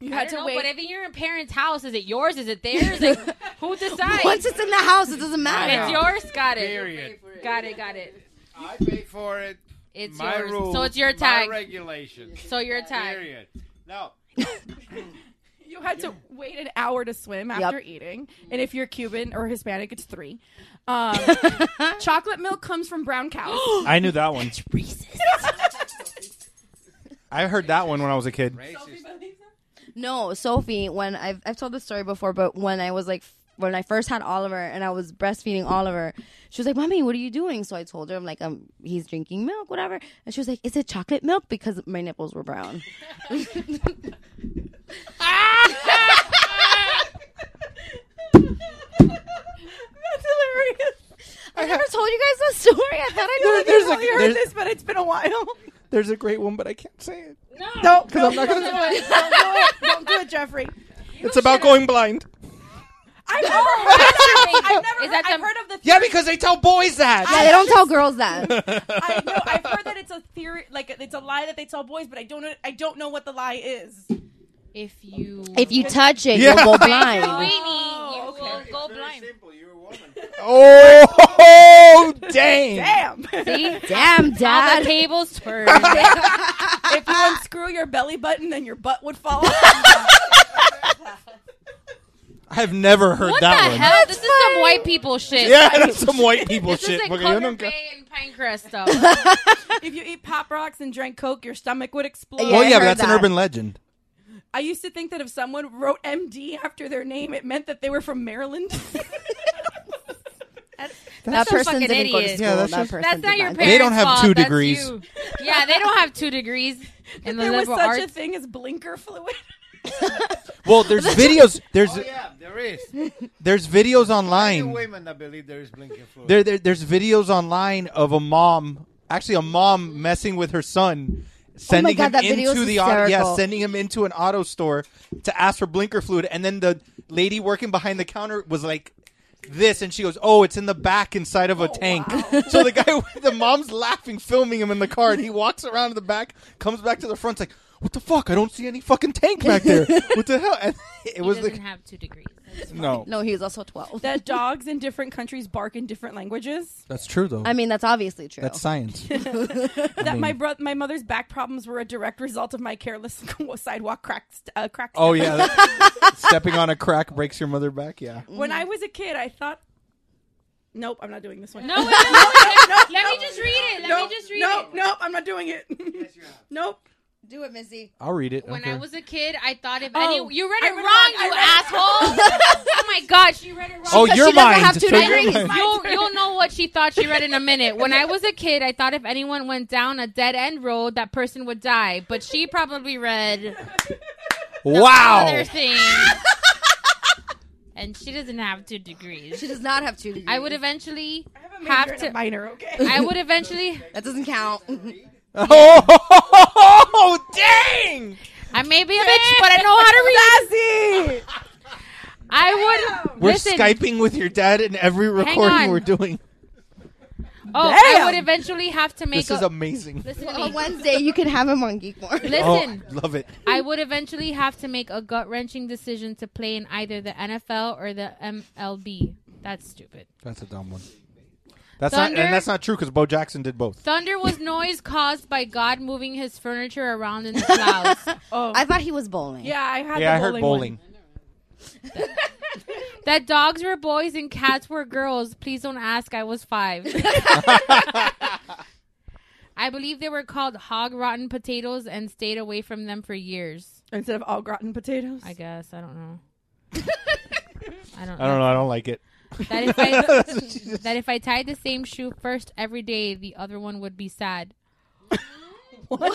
You
had to know, wait. But if you're in parents' house, is it yours? Is it theirs? Like, who decides?
Once it's in the house, it doesn't matter.
It's yours. Got it.
Period.
Got it. Got it.
I pay for it.
It's
my
yours.
rules.
So it's your
my
tag.
regulation.
So your tag.
Period. No.
You had to wait an hour to swim after
Yep.
eating, and if you're Cuban or Hispanic, it's three. Um, chocolate milk comes from brown cows.
I knew that one. I heard that one when I was a kid.
No, Sophie, when I've, I've told this story before, but when I was like, when I first had Oliver and I was breastfeeding Oliver, she was like, Mommy, what are you doing? So I told her, I'm like, um, he's drinking milk, whatever. And she was like, Is it chocolate milk? Because my nipples were brown.
That's hilarious.
I never told you guys that story. I thought I
No,
knew
there's
that.
a, heard this, but it's been a while.
There's a great one, but I can't say it.
No,
no, I'm
don't,
not gonna-
do it. Don't do it. Don't do it, Jeffrey.
it's about going blind.
I've never heard. I've never.
Is that
I've
the-
heard of the.
Yeah, because they tell boys that.
Yeah, they don't tell girls that.
I know. I've heard that it's a theory, like it's a lie that they tell boys, but I don't. know I don't know what the lie is.
If you
If you touch it,
Yeah.
you'll go
Wait,
blind.
you will go blind.
Oh, dang.
Damn.
See?
Damn,
All the
Dad.
tables turn.
if you unscrew your belly button, then your butt would fall off.
I've never heard
what
that
the
one.
hell? This is some white people shit.
Yeah, that's some white people
This
shit.
is like
Okay,
Carter
I don't get-
Bay and Pinecrest stuff.
if you eat pop rocks and drank coke, your stomach would explode.
Yeah,
well, yeah,
I
but
heard
that's an
that.
urban legend.
I used to think that if someone wrote MD after their name, it meant that they were from Maryland.
That
some
person
fucking
didn't go to
idiot.
school.
Yeah, that's
that
just-
person
That's not
did
your parents'
They don't have
fault,
two
that's
degrees.
you. Yeah, they don't have two degrees in the
there was
liberal
such a
arts.
thing as blinker fluid.
Well, there's videos. There's
Oh yeah, there is.
there's videos
There are
online.
women that believe there is blinking fluid.
There, there there's videos online of a mom, actually a mom messing with her son, sending
Oh God, that
him
video
into
is
the auto, yeah,
hysterical.
sending him into an auto store to ask for blinker fluid, and then the lady working behind the counter was like. This and she goes, oh, it's in the back inside of a tank. So the guy, the mom's laughing, filming him in the car, and he walks around to the back, comes back to the front, like, what the fuck? I don't see any fucking tank back there. What the hell? And it
He
was
doesn't
like,
have two degrees.
no,
No, he was also 12.
that dogs in different countries bark in different languages.
that's true though.
I mean, that's obviously true.
that's science.
That my bro- my mother's back problems were a direct result of my careless sidewalk crack st- uh, crack.
Oh
step.
yeah, that- stepping on a crack breaks your mother back. Yeah,
When I was a kid, I thought. Nope, I'm not doing this one.
No, wait, no, wait, no, Let me just read it. Let
nope,
me just read
nope,
it.
nope, I'm not doing it. nope.
Do it, Missy.
I'll read it.
When
okay.
I was a kid, I thought if
Oh,
any you read
I
it
read it
wrong,
wrong, I
you asshole.
read it wrong.
oh my gosh, you read it wrong.
Oh, Because your she doesn't mind. have two So your degrees. mind.
You'll, you'll know what she thought she read in a minute. When I was a kid, I thought if anyone went down a dead end road, that person would die. But she probably read
wow.
other thing. and she doesn't have two degrees.
She does not have two degrees.
I would eventually
a major
have
and
to
a minor, okay?
I would eventually.
That doesn't count.
Oh, dang!
I may be a bitch, but I know how to read. I would.
We're
listen,
Skyping with your dad in every
on.
recording we're doing.
Oh, I
Damn.
would eventually have to make.
This is
a-
amazing.
Listen to
On
me.
Wednesday, you can have him on Geek More.
Listen,
Oh, love it.
I would eventually have to make a gut wrenching decision to play in either the NFL or the MLB. That's stupid.
That's a dumb one. That's not,
Thunder?
and that's not true because Bo Jackson did both.
Thunder was noise caused by God moving his furniture around in the clouds.
oh. I thought he was bowling.
Yeah, I
yeah, I heard bowling.
That dogs were boys and cats were girls. Please don't ask. I was five. I believe they were called hog rotten potatoes and stayed away from them for years.
Instead of all rotten potatoes?
I guess. I don't know. I don't
I don't know. I don't like it.
That if, I, that if I tied the same shoe first every day, the other one would be sad.
What?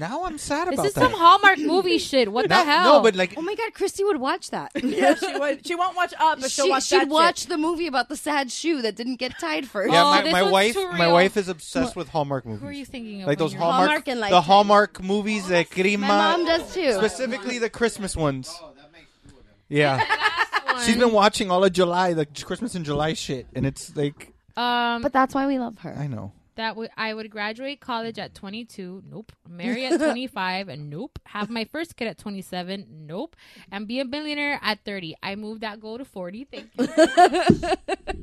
Now I'm sad
This
about
is
that.
some Hallmark movie shit. What the
No-
hell?
no, but like-
Oh my God, Christy would watch that.
yeah, she would. She won't watch up, but she'll watch
she'd
that
watch
shit.
the movie about the sad shoe that didn't get tied first.
Yeah, my, my wife, my wife is obsessed with Hallmark movies.
you thinking of
Like
when
those
you're-
Hallmark,
Hallmark and
the
Lifetime.
Hallmark movies, the Grima.
My mom does too.
Specifically the Christmas ones. Yeah. She's been watching all of July, the Christmas and July shit, and it's like
Um,
but that's why we love her.
I know.
that would I would graduate college at 22. Nope. Marry at 25. And nope. Have my first kid at 27. Nope. And be a billionaire at 30. I moved that goal to 40. Thank you.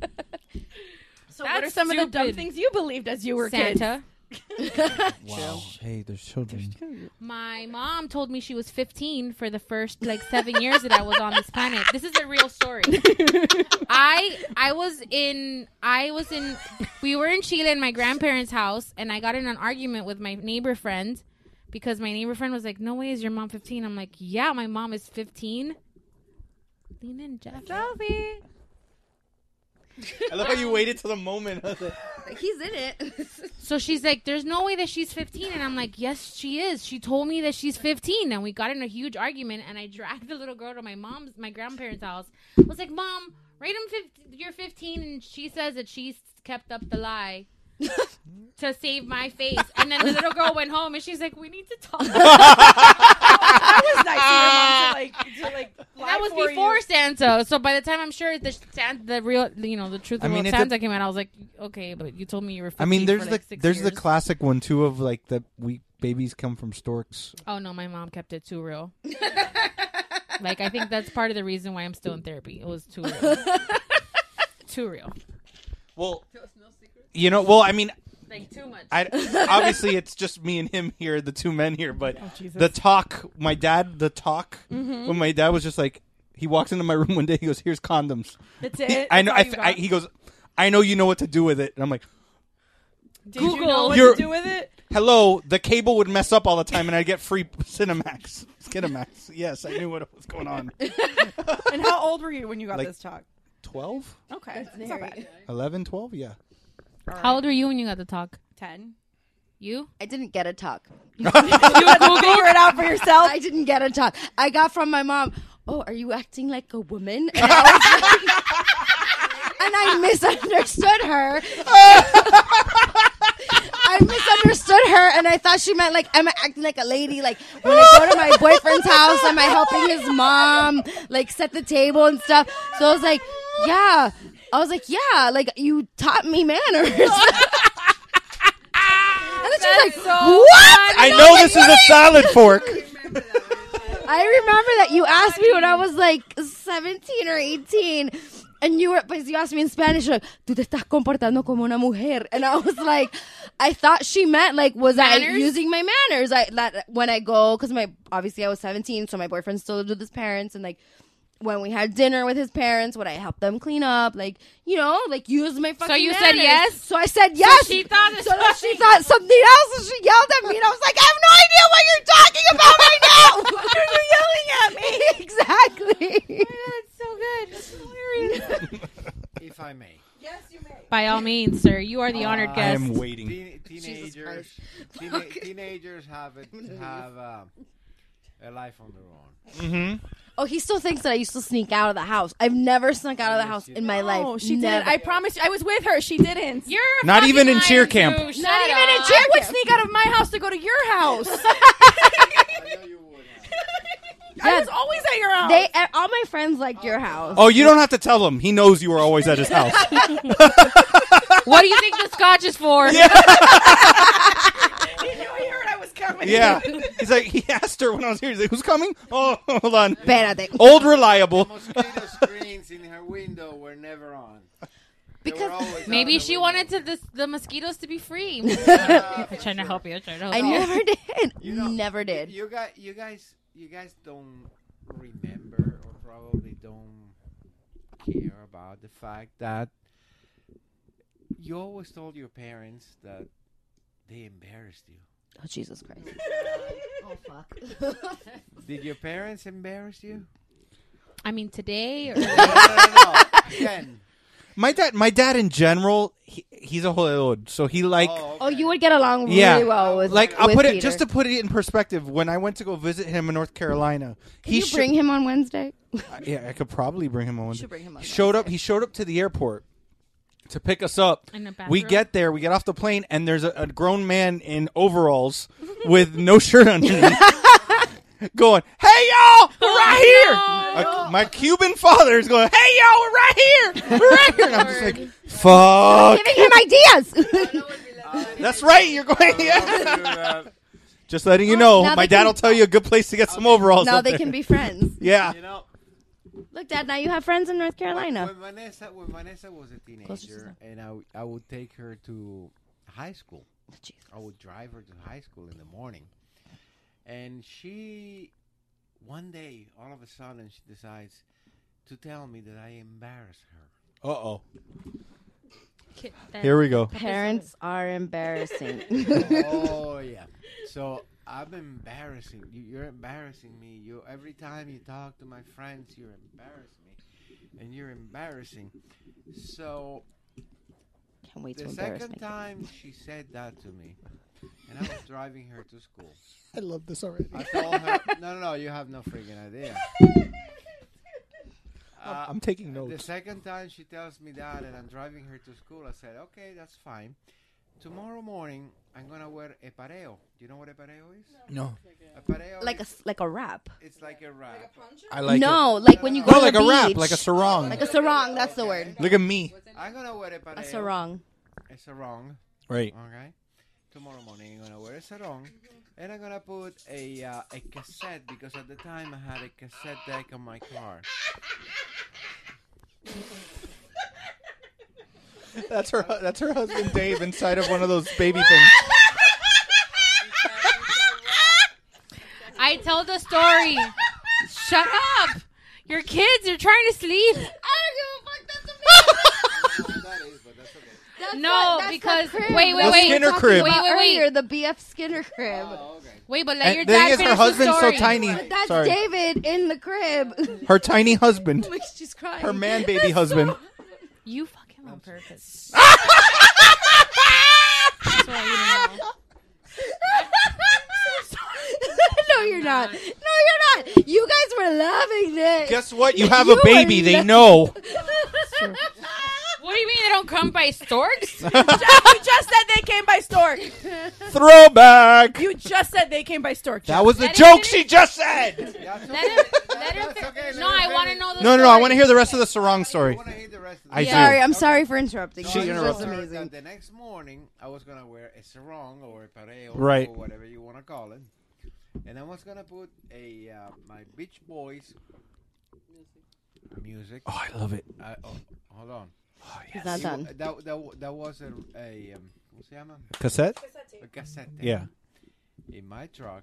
So, what are some of the dumb things you believed as you were
Santa.
kids?
Wow. Hey, there's children.
My mom told me she was 15 for the first like seven years that I was on this planet. This is a real story. I I was in I was in we were in Chile in my grandparents' house, and I got in an argument with my neighbor friend because my neighbor friend was like, "No way, is your mom 15?" I'm like, "Yeah, my mom is 15." Lean in, Jeff.
I love how you waited till the moment.
He's in it.
So she's like, "There's no way that she's 15," and I'm like, "Yes, she is. She told me that she's 15." And we got in a huge argument, and I dragged the little girl to my mom's, my grandparents' house. I was like, "Mom, rate him 15, you're 15," and she says that she's kept up the lie to save my face. And then the little girl went home, and she's like, "We need to talk."
that was nice of your mom to like, to like lie
that was
for
before
you.
Santa. So by the time I'm sure the Santa, the real, you know, the truth
I
about
mean, it
Santa
dep-
came out, I was like, "Okay, but you told me you were 15."
I mean, there's
for, like,
the
six
there's the
years.
classic one too of like the we babies come from storks.
Oh no, my mom kept it too real. like I think that's part of the reason why I'm still in therapy. It was too real. too real.
Well, You know, well, I mean,
like too much.
I obviously it's just me and him here, the two men here, but
Jesus.
the talk, my dad, the talk.
Mhm.
When my dad was just like, he walks into my room one day, he goes, "Here's condoms."
That's it?
I know. I,
That's all you
th- I,
got?
he goes, "I know you know what to do with it," and I'm like,
Did you know what
You're-
to do with it?
"Hello." The cable would mess up all the time, and I'd get free Cinemax, Cinemax. Yes, I knew what was going on.
and how old were you when you got
Like-
this talk?
12?
Okay. That's not bad.
11, 12? Yeah.
How old were you when you got the talk?
Ten.
You?
I didn't get a talk.
you had to figure it out for yourself.
I didn't get a talk. I got from my mom. Oh, are you acting like a woman? And I, was like- and I misunderstood her. I misunderstood her, and I thought she meant like am I acting like a lady? Like when I go to my boyfriend's house, am I helping his mom like set the table and stuff? So I was like, yeah. I was like, yeah. Like you taught me manners. And then she's like, "What?
I
And
know
was
this
like,
is a salad fork.
I remember that you asked me when I was like 17 or 18. And you were, but you asked me in Spanish, like, tú te estás comportando como una mujer. And I was like, I thought she meant, like, was I
Manners?
using my manners? I, that, when I go, cause my, obviously I was 17, so my boyfriend still lived with his parents. And like, when we had dinner with his parents, would I help them clean up? Like, you know, like use my fucking.
you said
manners.
yes?
So I said yes.
she thought it's
so then she
funny.
thought something else, and she yelled at me, and I was like, I have no idea what you're talking about right now. Why are you yelling at me? exactly. Oh
That's so good. That's hilarious.
if I may.
Yes, you may.
By all means, sir, you
Oh,
are the honored guest.
Teen- teenagers, teena- teenagers have it have um, a life on their own.
Mm-hmm.
Oh, he still thinks that I used to sneak out of the house. I've never snuck out of the house in my life.
No, she
Never.
didn't. I promise you. I was with her. She didn't. You're
Not even in cheer camp.
Not even in cheer would sneak out of my house to go to your house. I was always at your house.
They uh, all my friends liked your house.
Oh, you don't have to tell him. He knows you were always at his house.
What do you think the scotch is for?
yeah. He's like, he asked her when I was here. He's like, who's coming? Oh, hold on.
Espérate.
Old reliable.
Mosquito screens in her window were never on. Because
Maybe she wanted to this, the mosquitoes to be free. I'm trying to help you. I'm trying to help
I
you.
never did. never did.
You guys, you guys, you guys don't remember or probably don't care about the fact that you always told your parents that they embarrassed you.
Oh Jesus Christ!
oh fuck.
Did your parents embarrass you?
I mean, today or
Then.
My dad, my dad in general, he, he's a hollywood, so he like,
Oh, you would get along really
yeah,
well with
like I'll
with
put it
Peter.
just to put it in perspective. When I went to go visit him in North Carolina,
Can
he
you
sho-
bring him on Wednesday?
I- yeah, I could probably bring him on. Wednesday.
bring him on
He showed up. He showed up to the airport to pick us up.
In the
we
bathroom?
get there. We get off the plane, and there's a, a grown man in overalls with no shirt underneath, going, "Hey y'all, we're
Oh,
right here." A- my Cuban father is going, "Hey y'all, we're right here, we're right here." And I'm just like, "Fuck."
Giving him ideas.
That's right. You're going. Yeah. Just letting you know,
Now
my
they
dad
can-
will tell you a good place to get some overalls.
now
up
they
there.
can be friends.
Yeah.
Look, Dad. Now you have friends in North Carolina.
When Vanessa, when Vanessa was a teenager, and I, w- I would take her to high school. I would drive her to high school in the morning, and she, one day, all of a sudden, she decides to tell me that I embarrass her.
Uh oh. Here we go.
Parents are embarrassing.
oh yeah. So I'm embarrassing you. You're embarrassing me. You every time you talk to my friends, you're embarrassing me, and you're embarrassing. So
Can't wait to
the
embarrass
second
my
time she said that to me, and I was driving her to school.
I love this already.
I told her, no, no, no, you have no freaking idea. Uh,
I'm taking
The
notes.
second time she tells me that, and I'm driving her to school, I said, okay, that's fine. Tomorrow morning, I'm going to wear a pareo. Do you know what a pareo is?
No.
A pareo
Like a
is-
like a wrap.
It's like a wrap. Like a poncho?
I like
no,
it.
like when you go
No,
to
like
the
a wrap,
beach.
like a sarong.
Like a sarong. That's the word.
Look at me.
I'm going to wear a pareo.
A sarong.
A sarong.
Right.
Okay. Tomorrow morning, I'm going to wear a sarong. And I'm gonna put a uh, a cassette because at the time I had a cassette deck on my car.
That's her. hu- That's her husband Dave inside of one of those baby things.
I told the story. Shut up. Your kids are trying to sleep. No, because wait, wait,
The
wait.
Skinner
Talking
crib.
Wait, Oh. wait, wait.
Earlier, the BF Skinner crib.
Wait, but let
And
your
the
dad
thing is,
finish
her
the
husband's so
story.
tiny.
But that's
Sorry.
David in the crib.
Her tiny husband.
She's crying.
Her man baby husband.
You fuck him on purpose.
no, you're not. No, you're not. You guys were loving this.
Guess what? You have a
were
baby. They
lo-
know.
What do you mean they don't come by storks?
you just said they came by stork.
Throwback.
You just said they came by stork.
That was the joke she just said.
Let her fi- no, I want to know the
No, no, no. I want to hear the rest of the sarong story. I do.
sorry, I'm sorry for interrupting.
She
This was
interrupted.
amazing.
The next morning, I was gonna wear a sarong or a pareo
Right.
or whatever you want to call it, and I was gonna put a uh, my Beach Boys music.
Oh, I love it.
I, oh, hold on. Oh,
yes. not done.
That, that, wa- that was a, a um, ¿cómo se llama?
Cassette?
A cassette. tape
Yeah.
In my truck,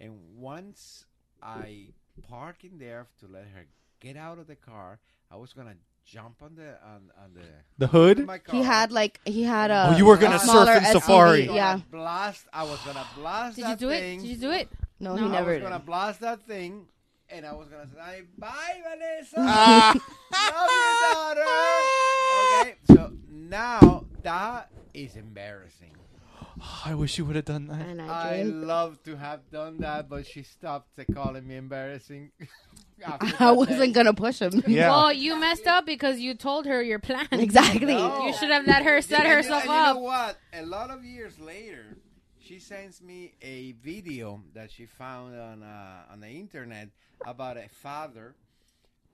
and once I park in there to let her get out of the car. I was gonna jump on the on, on the
The hood?
of my car.
He had like he had a.
Oh, you were gonna
a
surf
smaller
in
SUV,
Safari.
Yeah.
blast. I was gonna blast.
Did you
that
do it?
thing.
Did you do it?
No, he never
I was
did.
gonna blast that thing, and I was gonna say bye, Vanessa.
Ah.
Love you, daughter. Okay, so now that is embarrassing.
I wish you would have done that.
I love to have done that, but she stopped uh, calling me embarrassing. after
I
that day.
wasn't gonna push him.
Well, you messed up because you told her your plan.
Exactly.
You should have let her set
And you-
herself
and
up.
You know what? A lot of years later, she sends me a video that she found on uh, on the internet about a father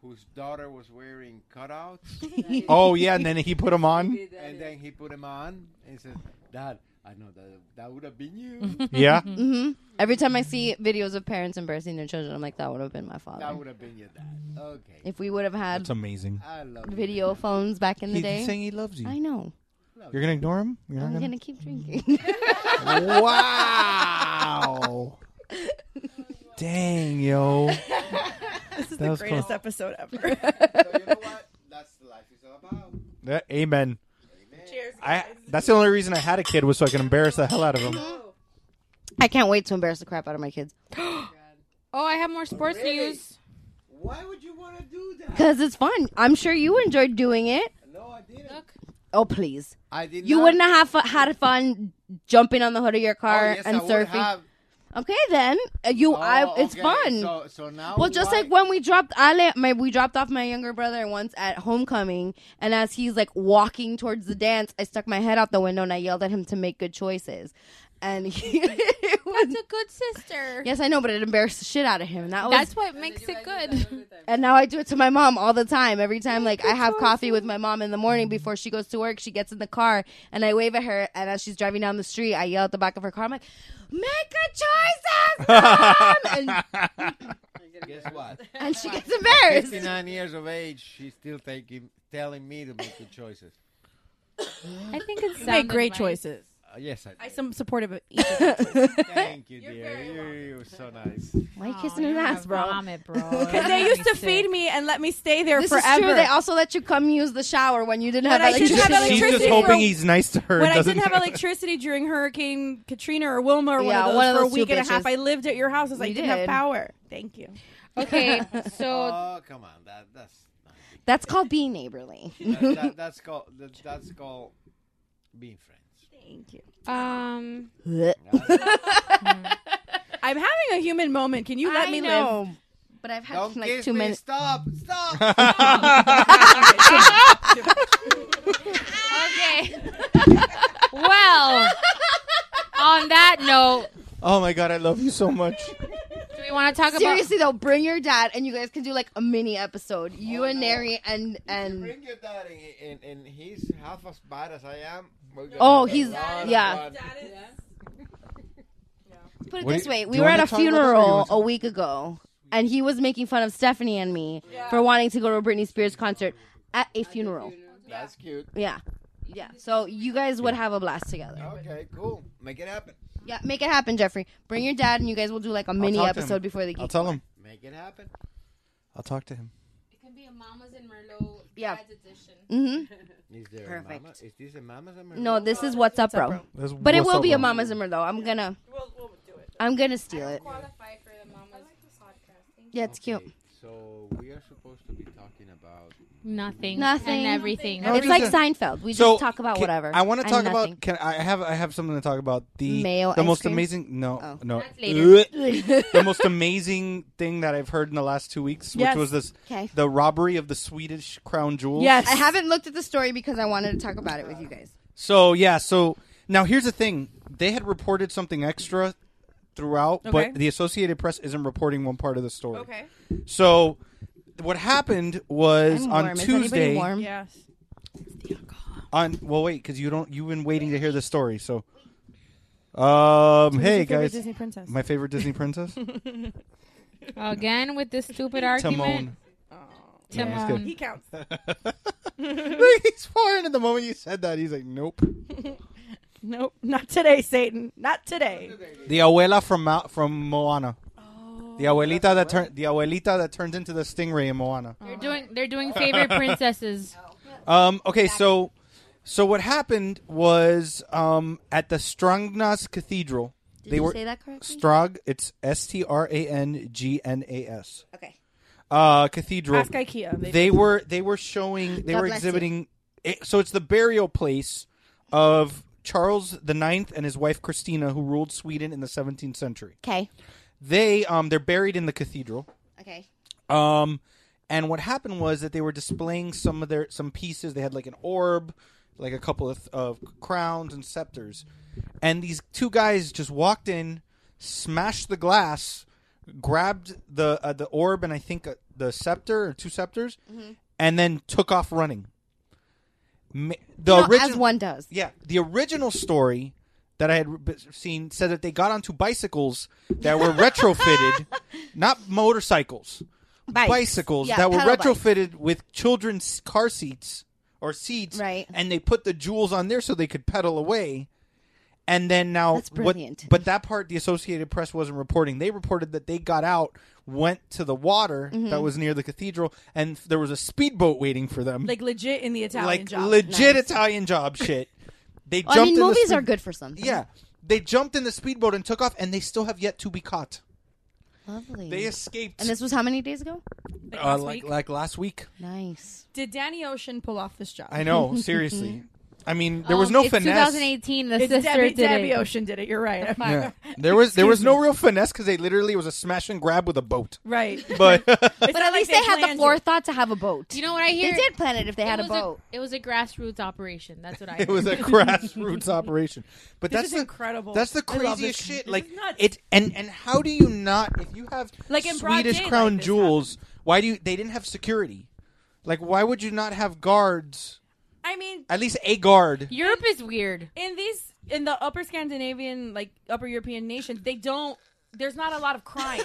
whose daughter was wearing cutouts.
Oh, yeah, and then he put 'em on?
And then he put them on and said, "Dad, I know that that would have been you."
hmm Every time I see videos of parents embarrassing their children, I'm like, that would have been my father.
That would have been your dad. Okay.
If we would have had
That's amazing.
I love
video phones back in the
He's
day.
saying he loves you.
I know.
You're gonna Mm-hmm. ignore him? You're
I'm
not
gonna keep drinking.
gonna- wow. Dang, yo.
This is
That
the
was
greatest
close.
episode ever.
That's the life is all about.
Yeah, amen.
Cheers.
I. That's the only reason I had a kid was so I could embarrass the hell out of him.
I can't wait to embarrass the crap out of my kids.
Oh, I have more sports news.
Why would you want to do that?
Because it's fun. I'm sure you enjoyed doing it.
No, I didn't.
Oh, please.
I did.
You
not-
wouldn't have fu- had fun jumping on the hood of your car
Oh, yes,
and
I would
surfing.
have. Oh,
Okay, then Uh, you, I, it's
okay,
fun.
So, so
Oh,
now,
well, just
why-
like when we dropped Ale, my we dropped off my younger brother once at homecoming, and as he's like walking towards the dance, I stuck my head out the window and I yelled at him to make good choices, and he, it was
That's a good sister.
yes, I know, but it embarrassed the shit out of him. That was
That's what makes it good.
and now I do it to my mom all the time. Every time, like I have coffee with my mom in the morning before she goes to work, she gets in the car and I wave at her. And as she's driving down the street, I yell at the back of her car, "I'm like, make a choice, Mom!" and,
guess what?
and she gets embarrassed.
59 years of age, she's still taking, telling me to make good choices.
I think it's
You
sound
made great
advice.
choices.
Uh, yes, I
I
did.
am supportive of each of your choices.
Thank you, dear. You're, you're so nice.
Why you
Oh,
Oh,
kissing his ass, bro?
Because they used to feed me and let me stay there
This
forever.
is true. They also let you come use the shower when you didn't
When
have
I didn't
electricity.
have
She's just
electricity
hoping
for-
he's nice to her.
when I
doesn't-
didn't have electricity during Hurricane Katrina or Wilma or
Yeah,
one of those
one of
for
those
a week
two
and a half,
bitches.
I lived at your house. I was like,
You
you didn't have
did.
power. Thank you.
Okay, so
Oh, come on. That, that's,
That's called being neighborly.
that, that, that's called that, that's called being friends.
Thank you.
um,
I'm having a human moment. Can you let
I
me
know,
live?
But I've had
Don't
like
kiss
two
me.
minutes.
Stop. Stop.
Oh.
okay. well, on that note,
oh my god, I love you so much.
do we want to talk
Seriously though, bring your dad and you guys can do like a mini episode. You and Nary and and
Bring your dad in, and, and he's half as bad as I am. We're gonna
Oh,
have a
he's-
lot of
yeah.
fun.
Put
What
it
do
this
you-
way:
do
we
you
were
wanna
at a
talk about that or you
funeral
want
a week ago, and he was making fun of Stephanie and me for wanting to go to a Britney Spears concert at a funeral.
That's cute.
Yeah, yeah. So you guys would have a blast together.
Okay, cool. Make it happen.
Yeah, make it happen, Jeffrey. Bring your dad, and you guys will do like a mini
talk to him.
episode before the
I'll
geek.
tell him.
Make it happen.
I'll talk to him.
It can be a Mamas and Merlot
Yeah.
Dad's edition.
Mhm.
Is there a mama?
Perfect.
Is this a mama's and
No, this is what's up, bro.
That's
But it
what's
will
up,
be a
bro.
Mama's Zimmer though. I'm gonna. I'm gonna steal it.
Qualify for the Mamas.
Yeah, it's cute.
So we are supposed to be talking about
Nothing.
Nothing.
And everything.
It's like Seinfeld. We
So,
just talk about
can-
whatever.
I want to
and
talk
nothing.
about. Can I have? I have something to talk about. The
Mayo
the
ice
most
cream?
amazing. No,
Oh.
no.
That's later.
the most amazing thing that I've heard in the last two weeks, which
Yes.
was this:
'Kay.
the robbery of the Swedish crown jewels.
I haven't looked at the story because I wanted to talk about it with you guys.
So yeah, so now here's the thing: they had reported something extra throughout,
Okay.
but the Associated Press isn't reporting one part of the story.
Okay.
So what happened was
I'm
on
warm. Is anybody
Tuesday.
warm? Yes.
On well, wait, because you don't. You've been waiting to hear this story, so.
Who's
Um. Hey
your favorite
guys,
Disney princess?
my favorite Disney princess.
Again with this stupid argument.
Oh.
Timon. Yeah, he's good. He
counts.
he's foreign. And the moment you said that, he's like, "Nope."
Nope. Not today, Satan. Not today.
The abuela from Mo- from Moana. The abuelita that turn the abuelita that turns into the stingray in Moana.
They're doing they're doing favorite princesses.
Um, okay, so so what happened was um, at the Strangnas Cathedral.
Did you say that correctly?
Strag. It's S T R A N G N A S.
Okay.
Uh, cathedral.
Ask IKEA,
They,
they know.
were they were showing they
God
were
bless you.
exhibiting. It, so it's the burial place of Charles the Ninth and his wife Christina, who ruled Sweden in the 17th century.
Okay.
They um they're buried in the cathedral.
Okay.
Um, and what happened was that they were displaying some of their some pieces. They had like an orb, like a couple of, of crowns and scepters, and these two guys just walked in, smashed the glass, grabbed the uh, the orb and I think uh, the scepter or two scepters,
Mhm.
and then took off running. Ma-
The
The
as
original
one does.
yeah, the original story that I had b- seen said that they got onto bicycles that were retrofitted, not motorcycles,
Bikes.
bicycles
Yeah,
that were
pedal bikes.
retrofitted with children's car seats or seats, right? And they put the jewels on there so they could pedal away. And then now, what- but that part the Associated Press wasn't reporting. They reported that they got out, went to the water
Mm-hmm.
Mhm.
that was near the cathedral, and there was a speedboat waiting for them
Like legit in the Italian
like
job.
legit Italian job shit. They
Well, I
jumped.
mean,
in the
movies
speed-
are good for something.
Yeah, they jumped in the speedboat and took off, and they still have yet to be caught.
Lovely.
They escaped.
Mm. And this was how many days ago?
Uh, like like last week.
Nice.
Did Danny Ocean pull off this job?
I know. Seriously.
Mm-hmm.
I mean, there
Oh.
was no
it's
finesse.
2018. The
It's
sister
Debbie,
did
Debbie
it.
Ocean did it. You're right.
Yeah. There was there was no real finesse because they literally it was a smash and grab with a boat.
Right.
But
but at least they, had the forethought to have a boat.
You know what I hear?
They did plan it if they
It
had a
was
boat.
it was a grassroots operation. That's what I.
it was a
heard.
grassroots operation. But
This
that's
is
the,
incredible.
That's the
I love this
craziest
country.
shit.
This
Like
is nuts.
it and and how do you not if you have
Like in broad
Swedish
daylight,
crown
this
jewels? Why do you? They didn't have security. Like why would you not have guards?
I mean,
At least a guard.
Europe is weird.
in these in the upper Scandinavian, like upper European nations, they don't. There's not a lot of crime.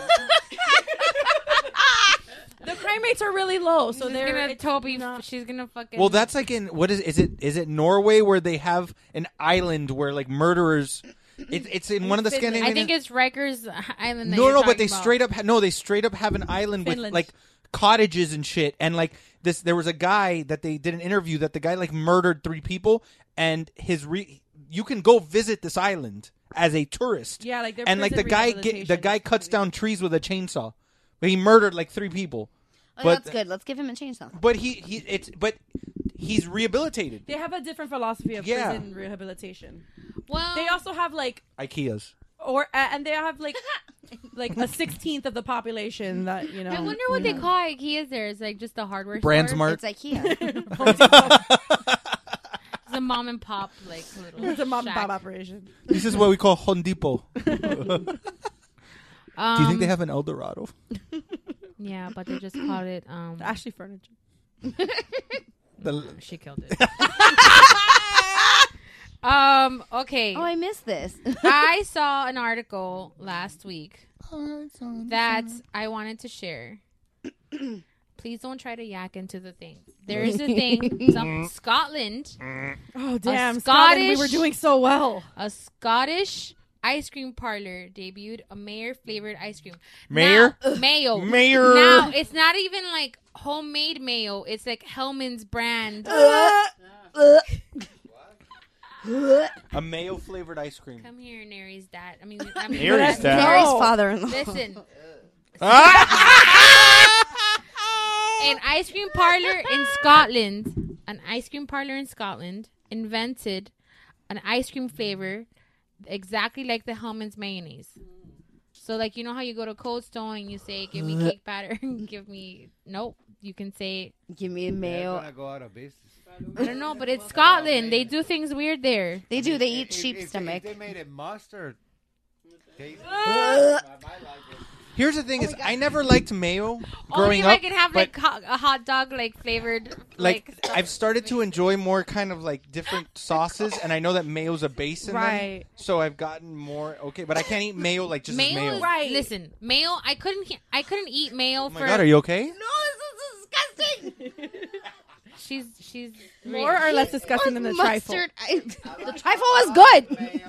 the crime rates are really low, so
She's
they're
gonna
it's
Toby.
not-
She's gonna fucking.
Well, that's like in what is is it is it Norway where they have an island where like murderers? It, it's in one of the Scandinavian.
I think it's Rikers Island. that
no,
you're
no, but
talking
they
about.
straight up ha- no, they straight up have an island with
Finland.
like cottages and shit, and like this. There was a guy that they did an interview that the guy like murdered three people, and his re- you can go visit this island as a tourist.
Yeah, like, their
and like the
prison
guy get, the
rehabilitation
guy cuts down trees with a chainsaw, but he murdered like three people.
Oh,
but
that's good. Let's give him a chance now.
but he he it's but he's rehabilitated.
They have a different philosophy of
Yeah.
prison rehabilitation.
Well,
they also have like
IKEA's.
or uh, and they have like like a sixteenth of the population that you know.
I wonder what they call IKEA. There, it's like just a hardware.
Brand
store.
Smart. It's
IKEA. it's a mom and pop like little.
It's a mom and
shack.
pop operation.
This is what we call Hondipo. Do you think they
Um,
have an El Dorado?
Yeah, but they just called it um
Ashley Furniture.
The-
she killed it. um. Okay.
Oh, I missed this.
I saw an article last week
Oh, on
that
the
I wanted to share. Please don't try to yak into the thing. There is a thing. Some, Scotland.
Oh
a
damn, Scotland, we were doing so well.
A Scottish ice cream parlor debuted a mayor flavored ice cream.
Mayor?
Now- mayo.
Mayor.
Now it's not even like homemade mayo. It's like Hellman's brand.
A mayo flavored ice cream.
Come here, Nary's dad. I mean, I mean
Nary's dad? Nary's father-in-law.
Listen,
Ah!
an ice cream parlor in Scotland, an ice cream parlor in Scotland invented an ice cream flavor exactly like the Hellman's mayonnaise. So, like, you know how you go to Cold Stone and you say, "Give me cake batter," give me nope. You can say,
"Give me
mayo."
They're gonna go out of business.
I don't know, but it's Scotland. They do things weird there.
They do. They eat
If-
sheep
if-
stomach.
If they made it mustard. They,
Ah!
Here's the thing: is I never liked mayo growing
Oh Only if
up.
I can have like
but,
ho- a hot dog like flavored
like,
like uh,
I've started to enjoy more kind of like different sauces, and I know that mayo's a base in them,
Right.
so I've gotten more okay. But I can't eat mayo like just as
mayo,
mayo.
is- Listen, mayo. I couldn't. he- I couldn't eat mayo.
Oh
for,
my god, are you okay?
She's she's
More or less disgusting than the
mustard. I,
trifle.
the trifle was good.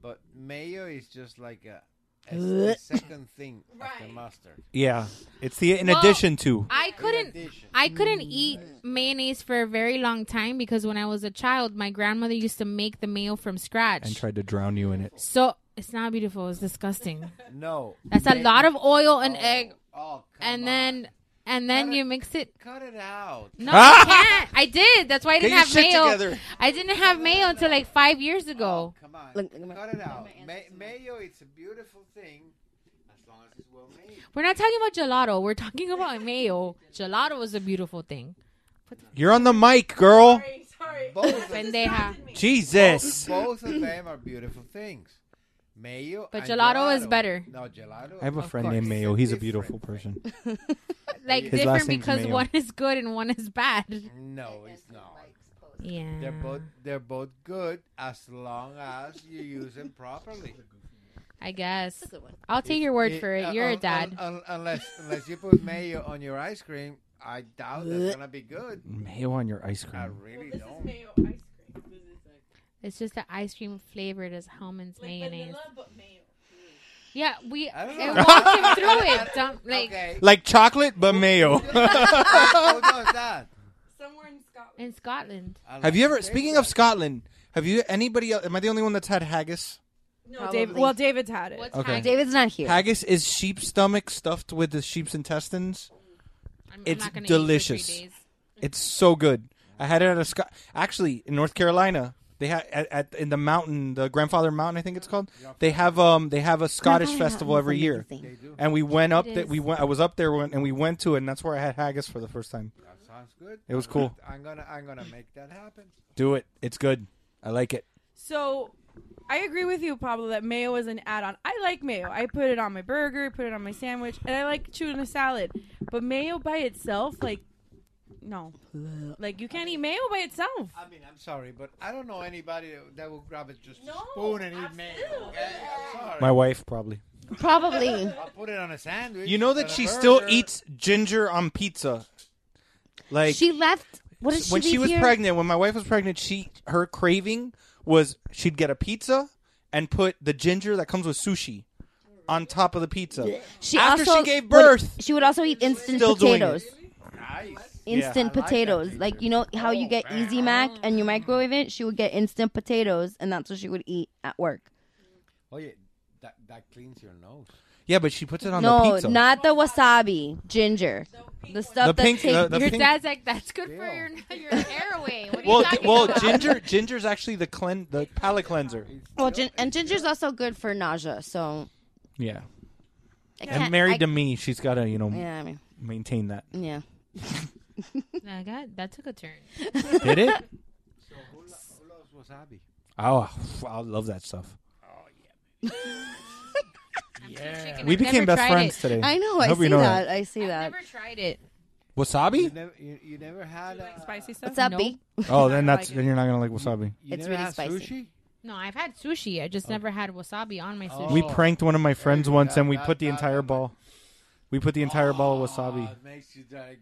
but mayo is just like a as the second thing after mustard.
Yeah, it's the in
Well,
addition to.
I couldn't I couldn't
Mm.
eat mayonnaise for a very long time because when I was a child, my grandmother used to make the mayo from scratch.
and tried to drown you in it.
So it's not beautiful. It's disgusting.
No.
That's a
Egg.
lot of oil and
Oh,
egg.
Oh,
and then and then you mix it.
Cut it out.
No, I can't. I did. That's why I
Get
didn't
your
have
shit
mayo.
together.
I didn't have mayo until like five years
Oh,
ago.
come on. Cut it out. Ma- mayo, it's a beautiful thing as long as it's well made.
We're not talking about gelato. We're talking about mayo. Gelato was a beautiful thing.
You're on the mic, girl.
Both of,
Pendeja.
Jesus.
both of them are beautiful things. Mayo
But
and
gelato is better.
No, gelato.
I have a friend named Mayo. He's a beautiful person.
like
His
different
last name's
because
Mayo.
one is good and one is bad.
No, it's not.
Yeah.
They're both they're both good as long as you use them properly.
I guess. I'll take your word
It-
for it.
uh,
You're a
un-
dad.
un- un- unless unless you put mayo on your ice cream, I doubt that's gonna be good.
Mayo on your ice cream.
I really don't.
It's just the ice cream flavored as Hellman's mayonnaise. Yeah, we I
know.
walked him through it. Don't, like
Like chocolate, but mayo.
that?
Somewhere in Scotland.
In Scotland.
have you ever? Speaking of Scotland, have you anybody? else Am I the only one that's had haggis?
No, David. Well, David's had it.
What's
Okay.
David's not here.
Haggis is sheep's stomach stuffed with the sheep's intestines.
I'm
it's
not gonna eat for three
delicious.
days.
It's so good. I had it at a Scot- actually in North Carolina. They had at, at in the mountain, the Grandfather Mountain, I think it's called. They have um they have a Scottish
Grandfather
festival
Mountain's
every year,
amazing. They do.
and we went up.
It
That we
is.
went. I was up there when, and we went to it, and that's where I had haggis for the first time.
That sounds good.
It was
I'm gonna-
cool.
I'm gonna I'm gonna make that happen.
Do it. It's good. I like it.
So I agree with you, Pablo, that mayo is an add on. I like mayo. I put it on my burger, put it on my sandwich, and I like chewing a salad. But mayo by itself, like, no. Like, you can't eat mayo by itself.
I mean, I'm sorry, but I don't know anybody that will grab it just a spoon and eat mayo. Okay, I'm sorry.
My wife probably.
Probably.
I'll put it on a sandwich.
You know
on
that
a
she
burger.
still eats ginger on pizza. Like
she left. What did she
when she
leave
was
here?
pregnant, when my wife was pregnant, she her craving was she'd get a pizza and put the ginger that comes with sushi on top of the pizza.
She
After
also
she gave
would-
birth,
she would also eat instant
Still doing it.
potatoes. Instant
Yeah. I like that
potatoes, like, you know how you get Easy Mac and you microwave it. She would get instant potatoes, and that's what she would eat at work.
Oh yeah, that that cleans your nose.
yeah, but she puts it on the
no,
pizza.
not the wasabi, ginger, the stuff that
The pink- uh,
takes
the- the
Your
pink-
dad's like, that's good for your your airway. What are
well,
you talking
well,
about?
ginger ginger's actually the clean the palate cleanser.
Well, gin- and ginger's also good for nausea. So
Yeah,
I
and
can't-
married
I-
to me, she's got to you know
Yeah, I mean-
maintain that.
Yeah.
Nah, God, that took a turn.
Did it?
So who, lo- who loves wasabi?
Oh, I love that stuff.
Yeah.
We became best friends today.
I know. I,
hope
see
you know
that. I see that.
Never tried it.
You
Wasabi?
never, you, you never had uh,
spicy stuff.
Wasabi.
Oh, then that's then you're not gonna like wasabi.
You
It's
never
really
had
spicy.
Sushi?
No, I've had sushi. I
Oh.
just never had wasabi on my sushi.
We pranked one of my friends once, and we put the entire ball. We put the entire ball of wasabi.
Makes you like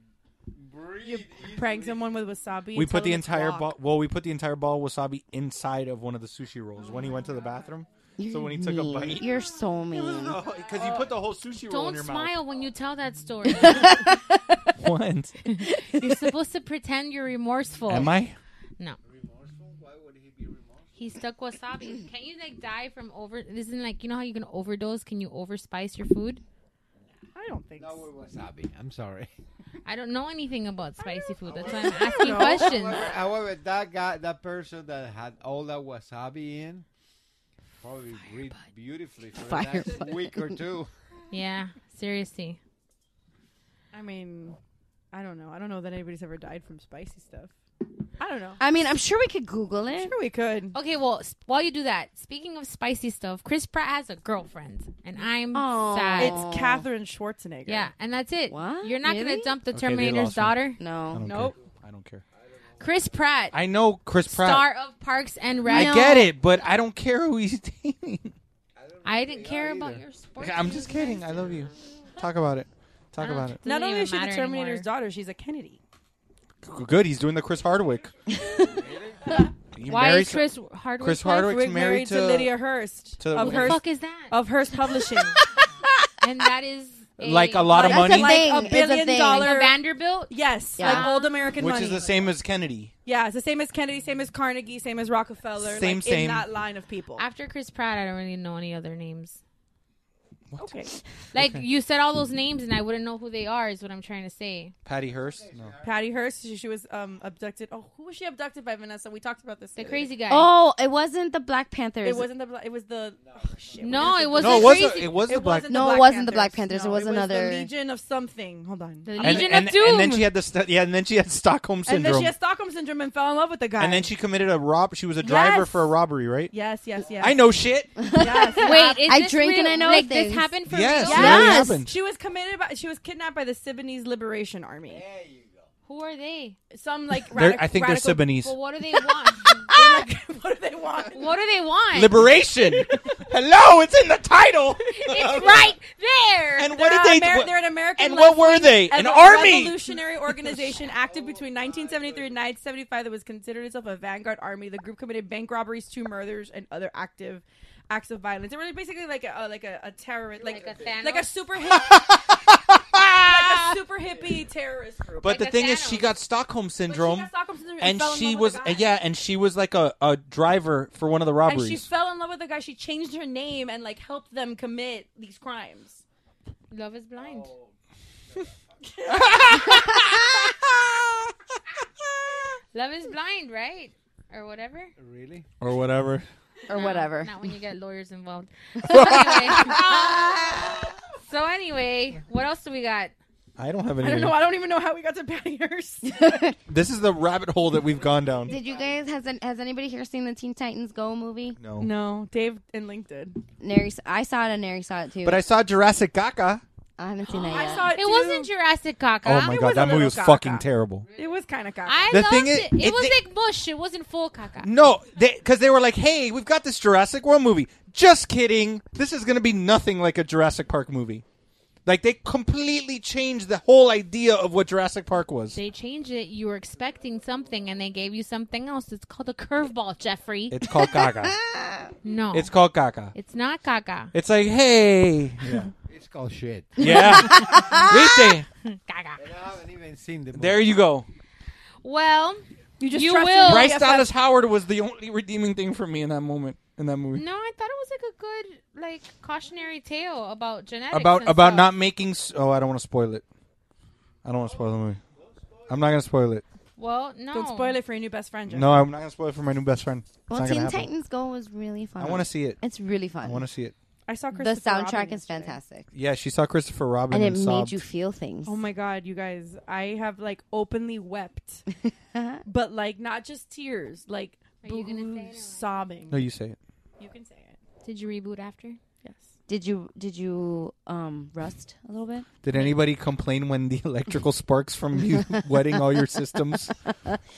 You prank someone with wasabi.
We
and tell
put the
them it's
entire
guac.
ball. Well, we put the entire ball of wasabi inside of one of the sushi rolls when he went to the bathroom. So when he took a
mean.
bite,
You're so mean.
because you put the whole sushi roll
Don't
in your
smile when you tell that story.
mouth. Once.
You're supposed to pretend you're remorseful.
Am I?
No. He stuck wasabi. Can you like die from over? Isn't like you know how you can overdose? Can you overspice your food?
I don't think
no with wasabi. I'm sorry.
I don't know anything about spicy food. That's why I'm asking questions.
However, however, that guy, that person that had all that wasabi in, probably breathed beautifully for the next
Firebud.
week or two.
Yeah, seriously.
I mean, I don't know. I don't know that anybody's ever died from spicy stuff. I don't know.
I mean, I'm sure we could Google it.
sure we could.
Okay, well, s- while you do that, speaking of spicy stuff, Chris Pratt has a girlfriend, and I'm sad.
It's Katherine Schwarzenegger.
Yeah, and that's it. You're not
Really?
gonna dump the
Okay, they
Terminator's
lost me.
daughter.
I
No.
don't
Nope.
Care. I don't care.
Chris Pratt,
I know Chris Pratt.
star of Parks and Rec.
I get it, but I don't care who he's dating.
I didn't care about your sports.
I'm just kidding. I love you. Talk about it. Talk about it.
Not only
even
is she the
matter
Terminator's daughter, she's a Kennedy.
Good. He's doing the Chris Hardwick. You
Why
married
is
to-
Chris Hardwick?
Chris Hardwick's
Hardwick
married,
married to Lydia Hurst
to-
of
Who the
Hearst,
fuck is that?
Of Hearst Publishing.
and that is a,
Like a lot of That's a money?
like
thing.
a
It's a
billion
thing.
dollar
Like Vanderbilt.
Yes,
Yeah.
like old American
which
money.
is the same as Kennedy.
yeah, it's the same as Kennedy, same as Carnegie, same as Rockefeller.
Same,
like,
same.
In that line of people.
After Chris Pratt, I don't really know any other names.
Okay.
Like
Okay.
you said all those names, and I wouldn't know who they are. Is what I'm trying to say.
Patty Hearst. No.
Patty Hearst, she, she was um, abducted. Oh, who was she abducted by, Vanessa? We talked about this. The
crazy guy.
Oh, it wasn't the Black Panthers.
It wasn't the. bla- It was the. No, oh, shit,
No,
what is
it
the-
wasn't No, it was the-
crazy. it was the Black-
wasn't
No, it wasn't the Black Panthers.
No,
it was another.
the Legion of something. Hold on. The
And, and, and then she had the st- yeah, and then she had Stockholm
And
syndrome.
then she had Stockholm syndrome and fell in love with the guy.
And then she committed a rob. She was a driver
Yes.
for a robbery, right?
Yes, yes, yes.
I know shit.
Wait, is
I
this
drink
real?
and I know
like
things.
this happened for
Yes,
real.
it really Yes. happened.
She was committed by. She was kidnapped by the Sudanese Liberation Army. There you go.
Who are they?
Some like
They're-
radic-
I think they're
radical-
Sudanese.
Well, what do they want?
what do they want?
What do they want?
Liberation. Hello, it's in the title.
It's right there.
And what did they?
Amer-
what-
they're an American.
And what were
left-wing
they? An
evo-
army.
revolutionary organization active between 1973 and 1975 that was considered itself a vanguard army. The group committed bank robberies, two murders, and other active acts of violence. They were basically like a uh, like a, a terrorist, like,
Like a Thanos?
like a super hippie, like a super hippie terrorist group.
But the thing is, she got Stockholm syndrome,
Stockholm syndrome and
and
fell in
she
love with
was
the guy.
yeah, and she was like a, a driver for one of the
and she
robberies.
fell in love with the guy. She changed her name and like helped them commit these crimes.
Love is blind. Love is blind, right? Or whatever.
Really?
or whatever.
Or whatever.
Not when you get lawyers involved. So anyway, so anyway, what else do we got?
I don't have
I
any.
don't know. I don't even know how we got to Patty Hearst.
This is the rabbit hole that we've gone down.
Did you guys has an- has anybody here seen the Teen Titans Go movie?
No.
No, Dave and Link did.
Nary, s- I saw it and Nary saw it too.
Mm-hmm. But I saw Jurassic Gaga.
I haven't seen that
I
yet.
saw it.
It wasn't Jurassic Caca.
Oh my
It
god,
was a
that movie
little
was
Gaga.
fucking terrible.
It was kind of cocky.
I
The
loved
thing is-
it. It,
it-
was
it-
like mush. It wasn't full caca.
No, because they, were like, "Hey, we've got this Jurassic World movie." Just kidding. This is going to be nothing like a Jurassic Park movie. Like they completely changed the whole idea of what Jurassic Park was.
They changed it. You were expecting something, and they gave you something else. It's called a curveball, Jeffrey.
It's called Gaga.
no.
It's called Gaga.
It's not caca.
It's like, hey,
It's called shit.
yeah, Viste.
I
Caca.
haven't even seen the
There you go.
Well,
you
just
just
you
trust
will.
in
Bryce
BFF.
Dallas Howard was the only redeeming thing for me in that moment. In that movie,
No, I thought it was like a good like cautionary tale about genetics.
about
and
about
stuff.
not making. s- Oh, I don't want to spoil it. I don't want to spoil the movie. I'm not going to spoil it.
Well, no.
Don't spoil it for your new best friend. Jeff.
No, I'm not going to spoil it for my new best friend. It's
Well,
not gonna
Teen
happen.
Titans Go was really fun.
I want to see it.
It's really fun.
I want to see it.
I saw
The
Christopher Robin
soundtrack is
yesterday.
fantastic,
Yeah, she saw Christopher Robin
and
and,
it made
sobbed.
you feel things.
Oh my god, you guys! I have like openly wept, but like not just tears, like boohoo sobbing.
No, you say it.
You can say it.
Did you reboot after?
Yes.
Did you did you um rust a little bit?
Did anybody complain when the electrical sparks from you wetting all your systems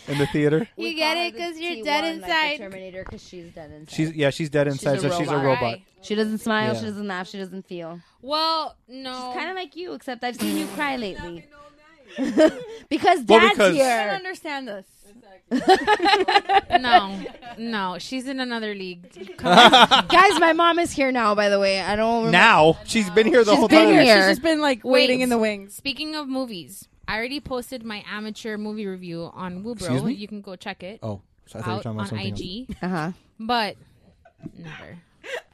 in the theater?
You get it because you're dead inside.
Terminator, because she's dead inside.
She's yeah, she's dead inside, so she's a robot.
She doesn't smile.
Yeah.
She doesn't laugh. She doesn't feel.
Well, no.
Kind of like you, except I've seen you cry lately. because Dad's
Well, because-
I don't
here.
understand this.
no, no. She's in another league.
Guys, my mom is here now. By the way, I don't. Remember.
Now she's been here the
She's
whole
been
time.
here.
She's just been like waiting
Wait.
in the wings.
Speaking of movies, I already posted my amateur movie review on
Excuse me?
Woobro. You can go check it.
Oh, so I thought you were
out
talking about
on
something
IG.
Uh huh.
But never.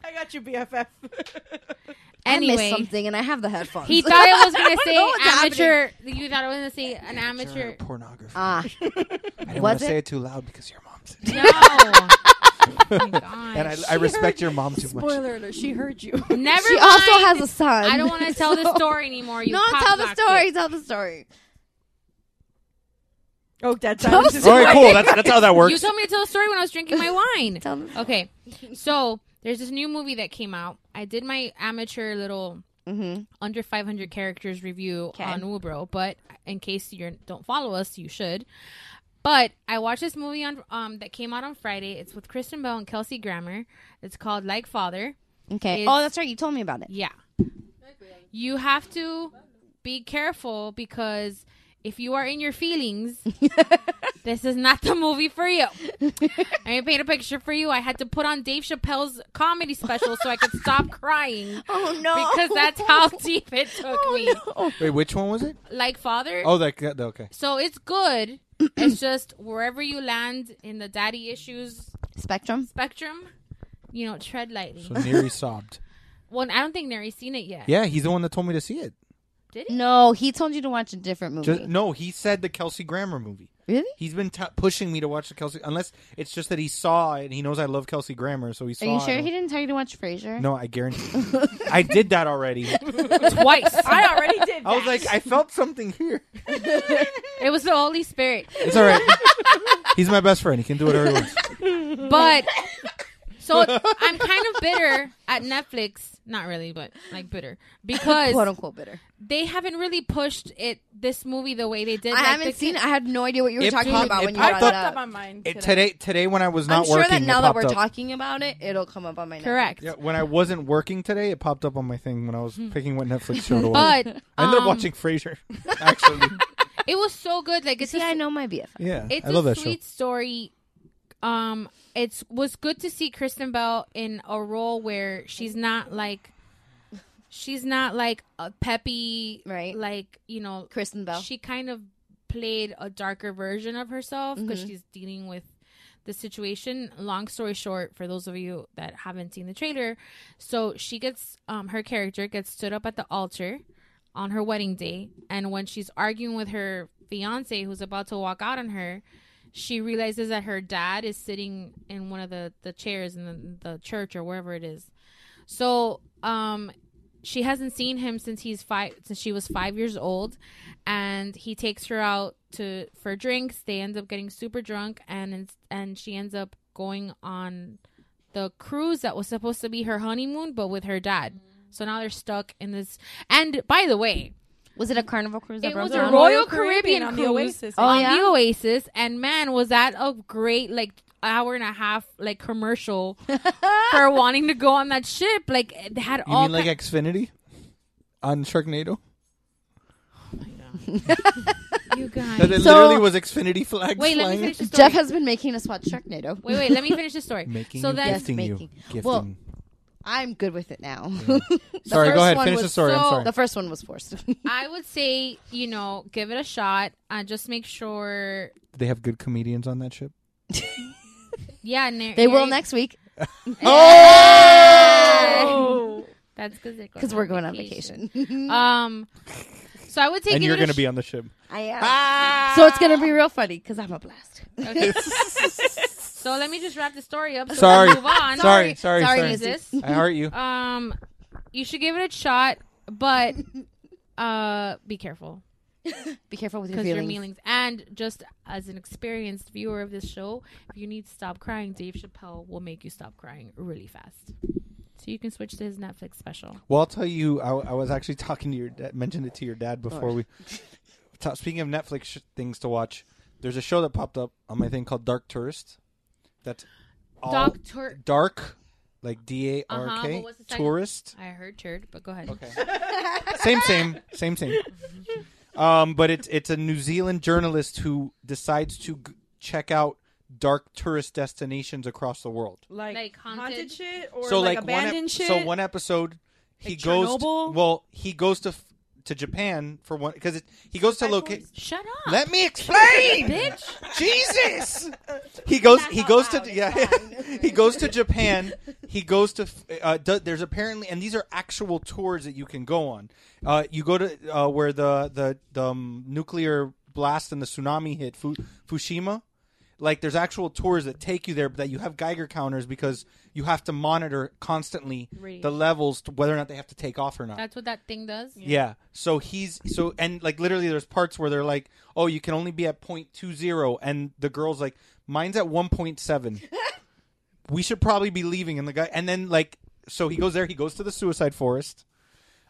I got you, BFF.
I
Anyway,
missed something, and I have the headphones.
he thought I was
I
gonna
don't
say
know what's
amateur. You thought I was gonna say an amateur.
Pornography.
Ah,
I didn't
was
want to
it?
say it too loud because your mom's.
No. Oh my
And I,
gosh.
I respect your mom too much.
Spoiler alert: She heard you.
Never.
she also
mind.
has a son.
I don't want to tell the
so-
story anymore. You
no, tell the
cockblocked
story.
it.
Tell the story.
Oh, dead
Tell
silence. is-
the
All right, cool. That's that's how that
You
works.
told me to tell the story when I was drinking my wine.
Tell the
Okay, so there's this new movie that came out. I did my amateur little
Mhm.
under 500 characters review on Woobro, but in case you don't follow us, you should. But I watched this movie on um, that came out on Friday. It's with Kristen Bell and Kelsey Grammer. It's called Like Father.
Okay.
It's-
oh, that's right. You told me about it.
Yeah. You have to be careful because if you are in your feelings, this is not the movie for you. I paint a picture for you. I had to put on Dave Chappelle's comedy special so I could stop crying.
Oh no.
Because that's how deep it took me.
Wait, which one was it?
Like father.
Oh, that that- okay.
So it's good. it's just wherever you land in the daddy issues
spectrum.
Spectrum, you know, tread lightly.
So Neri sobbed.
well, I don't think Neri's seen it yet.
Yeah, he's the one that told me to see it.
Did
he? No, he told you to watch a different movie.
Just, no, he said the Kelsey Grammer movie.
Really?
He's been t- pushing me to watch the Kelsey. Unless it's just that he saw it and he knows I love Kelsey Grammer, so he saw.
Are you
it.
sure he didn't tell you to watch Frasier?
No, I guarantee. I did that already.
Twice. I already did.
I was like, I felt something here.
it was the Holy Spirit.
It's all right. He's my best friend. He can do whatever he wants.
but so I'm kind of bitter at Netflix. Not really, but like bitter because
Quote, unquote, bitter.
They haven't really pushed it this movie the way they did.
I haven't seen it. I had no idea what you were
It
talking
popped-
about
it
when you
popped
brought it
up-
up.
on mine.
It, today, today when I was not
I'm sure
working,
that
it
now that
popped
we're
up.
talking about it, it'll come up on my
Correct.
Yeah, when I wasn't working today, it popped up on my thing when I was picking what Netflix show to watch.
But,
I ended up
um,
watching Frasier.
It was so good. Like it's
See, I know my BFF.
Yeah,
it's
I love
a
that show.
sweet story. Um, it's was good to see Kristen Bell in a role where she's not like. She's not like a peppy, right? Like you know,
Kristen Bell.
She kind of played a darker version of herself because
Mhm.
she's dealing with the situation. Long story short, for those of you that haven't seen the trailer, so she gets um, her character gets stood up at the altar on her wedding day, and when she's arguing with her fiance who's about to walk out on her, she realizes that her dad is sitting in one of the the chairs in the, the church or wherever it is. So, um, she hasn't seen him since he's five since she was five years old, and he takes her out to for drinks. They end up getting super drunk, and it's- and she ends up going on the cruise that was supposed to be her honeymoon, but with her dad. So now they're stuck in this. And by the way,
was it a carnival cruise? that
It was
broke
a
down?
Royal Caribbean,
on the
cruise
Oasis.
on
Oh, yeah?
the Oasis, and man, was that a great like hour and a half like commercial for wanting to go on that ship. Like they had
You
all
mean like Xfinity on Sharknado?
you guys.
That it
So-
literally was Xfinity flags
Wait, let me
flying.
finish the story.
Jeff has been making us watch Sharknado.
Wait, wait, let me finish the story.
Making
so
you,
then,
gifting you, gifting.
Well, I'm good with it now. The
Sorry, go
first
ahead,
one
finish
was-
the story, I'm So- sorry.
The first one was forced.
I would say you know give it a shot and just make sure.
Did they have good comedians on that ship?
Yeah, ner-
They will
Neri-
next week.
Oh! That's because they're going
'Cause
on
we're going on vacation.
um, so I would say
and
give
you're
it a
going to be on the ship.
I am. Ah! So it's gonna be real funny because I'm a blast.
Okay. so let me just wrap the story up. So we
Sorry.
can move on.
Sorry, sorry, Sorry, sorry.
Jesus.
I hurt you.
Um, you should give it a shot, but uh, be careful.
Be careful with your
Because your
feelings.
feelings, and just as an experienced viewer of this show, if you need to stop crying, Dave Chappelle will make you stop crying really fast. So you can switch to his Netflix special.
Well, I'll tell you, I, I was actually talking to your dad, mentioned it to your dad before we. Ta- speaking of Netflix sh- things to watch, there's a show that popped up on my thing called Dark Tourist. That's all
Dark Tour-
dark, like D A R
Uh-huh,
K
what was the second-
tourist.
I heard turd, but go ahead. Okay.
same, same, same, same. Um, but it's it's a New Zealand journalist who decides to g- check out dark tourist destinations across the world.
Like, haunted, shit or
so
like,
one ep-
abandoned shit.
So one episode, he
Like
goes. To,
Chernobyl?
well, he goes to f- to Japan for one because he goes to locate.
Shut
up! Let me explain,
bitch.
Jesus. He goes. He goes to yeah. he goes to Japan. He goes to. f- Uh, do, there's apparently, and these are actual tours that you can go on. Uh, you go to uh, where the the, the um, nuclear blast and the tsunami hit Fu- Fukushima. Like there's actual tours that take you there, but that you have Geiger counters because you have to monitor constantly the
Radiation.
levels to whether or not they have to take off or not.
That's what that thing does.
Yeah. So he's so and like literally there's parts where they're like, "Oh, you can only be at 0.20." and the girl's like, "Mine's at 1.7." we should probably be leaving and the guy and then like so he goes there, he goes to the suicide forest.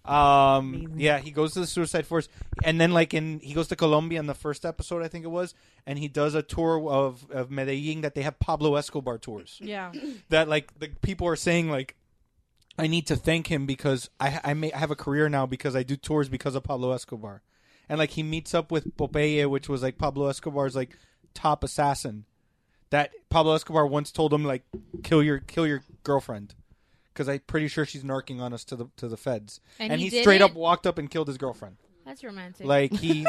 Um yeah, he goes to the suicide forest and then like in he goes to Colombia in the first episode I think it was and he does a tour of of Medellin that they have Pablo Escobar tours
yeah.
that like the people are saying like I need to thank him because I I, may, I have a career now because I do tours because of Pablo Escobar, and like he meets up with Popeye, which was like Pablo Escobar's like top assassin. That Pablo Escobar once told him like kill your kill your girlfriend because I'm pretty sure she's narking on us to the to the feds.
And he
he,
did
straight
it?
up walked up and killed his girlfriend.
That's romantic.
Like he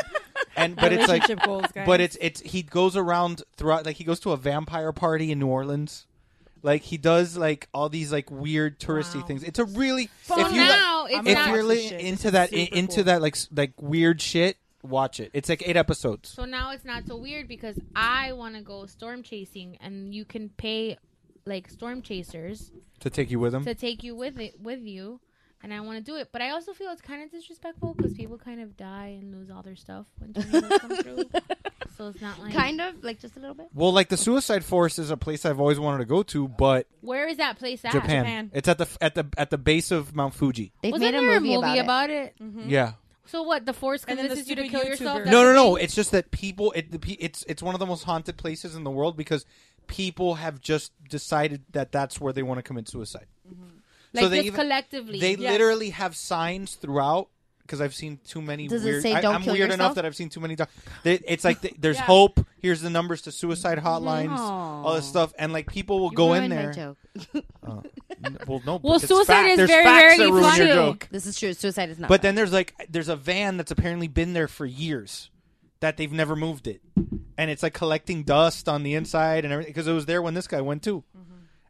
and but it's like
Relationship goals, guys.
but it's it's he goes around throughout like he goes to a vampire party in New Orleans. Like he does like all these like weird touristy things. It's a really
So
if you
now
like,
it's
if
not-
you're really
Shit,
into that
super
into
cool.
that like s- like weird shit, watch it. It's like 8 episodes.
So now it's not so weird because I want to go storm chasing, and you can pay like storm chasers
To take you with 'em?
to take you with it with you, and I want to do it. But I also feel it's kind of disrespectful because people kind of die and lose all their stuff when tornadoes come through. So it's not like
Kind of, like just a little bit.
Well, like the Suicide Forest is a place I've always wanted to go to, but
Where is that place at?
Japan. It's at the f- at the at the base of Mount Fuji.
They've
Wasn't
made a
there
movie about it.
it?
Yeah.
So what? The force
And then the
convinces you to
stupid
kill yourself?
YouTuber.
No, no, no. It's just that people. It, the, pe- it's it's one of the most haunted places in the world because people have just decided that that's where they want to commit suicide.
Mm-hmm. Like, just collectively.
they
Yes.
literally have signs throughout. Because I've seen too many
Does it
weird.
say
I,
don't
am
kill
weird enough
yourself?
that I've seen too many. doc- they- it's like th- there's
Yeah.
hope. Here's the numbers to suicide hotlines,
No.
all this stuff, and like people will go in
ruined my
there.
joke.
Oh. N- well, no.
Well,
because
suicide
fact-
is
there's
very,
facts
very
that ruin your
funny.
joke.
This is true. Suicide is not
But then there's like there's a van that's apparently been there for years that they've never moved it, and it's like collecting dust on the inside and everything because it was there when this guy went too.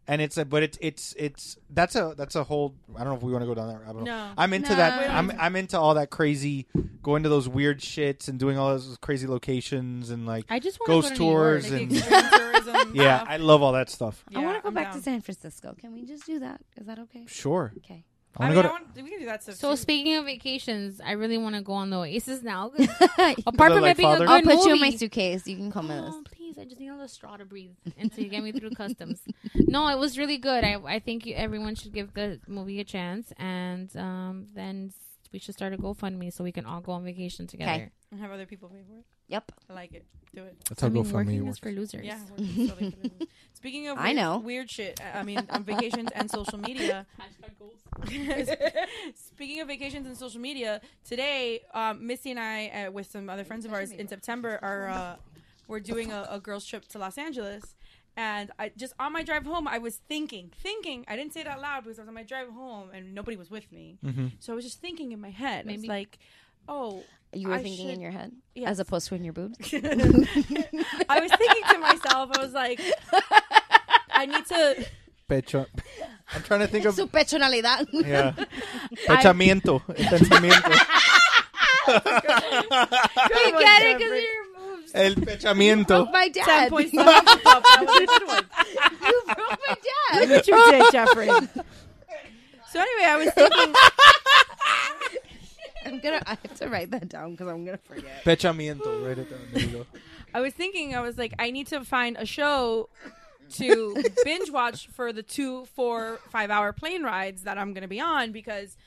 And it's a, but it's it's it's that's a that's a whole. I don't know if we want to go down that. rabbit hole.
No.
I'm into
No.
that.
We don't
I'm
need
I'm into all that crazy, going to those weird shits and doing all those crazy locations and like
I just wanna
ghost
go to New York.
tours
Like,
and
extreme tourism
yeah,
stuff.
I love all that stuff.
I want to go
I'm
back
down.
to San Francisco. Can we just do that? Is that okay?
Sure.
Okay.
I want to go to
we can do that stuff. So speaking of vacations, I really want to go on the Oasis now. 'cause-
Apart
from it like being a Father? good
I'll put you in my
movie. Um,
suitcase. You can come with us.
Oh, please, I just need a little straw to breathe and to get me through customs. No, it was really good. I I think you, everyone should give the movie a chance, and um, then s- we should start a GoFundMe so we can all go on vacation together.
And have other people pay for it.
Yep.
I like it. Do it.
That's how
I mean,
GoFundMe
working
works.
is for losers.
Yeah. we're totally gonna do it. Speaking of,
I
weird,
know.
weird shit. I I mean, on vacations and social media. Speaking of vacations and social media, today um, Missy and I, uh, with some other friends of ours, in September are uh, we're doing a, a girls trip to Los Angeles. And I just on my drive home, I was thinking, thinking. I didn't say it out loud because I was on my drive home and nobody was with me.
Mhm.
So I was just thinking in my head. I was
Maybe-
like, oh,
You were
I
thinking in
should-
your head,
Yes.
as opposed to in your boobs.
I was thinking to myself, I was like, I need to.
Pecho. I'm trying to think of
Su personalidad.
yeah.
I-
Pechamiento, pensamiento.
We get it because you're
El pechamiento.
My dad.
points
you broke my dad.
Look at you did, Jeffrey. So anyway, I was thinking.
I'm gonna. I have to write that down because I'm gonna forget.
Pechamiento. Write it down. There you go.
I was thinking, I was like, I need to find a show to binge watch for the two, four, five hour plane rides that I'm going to be on because,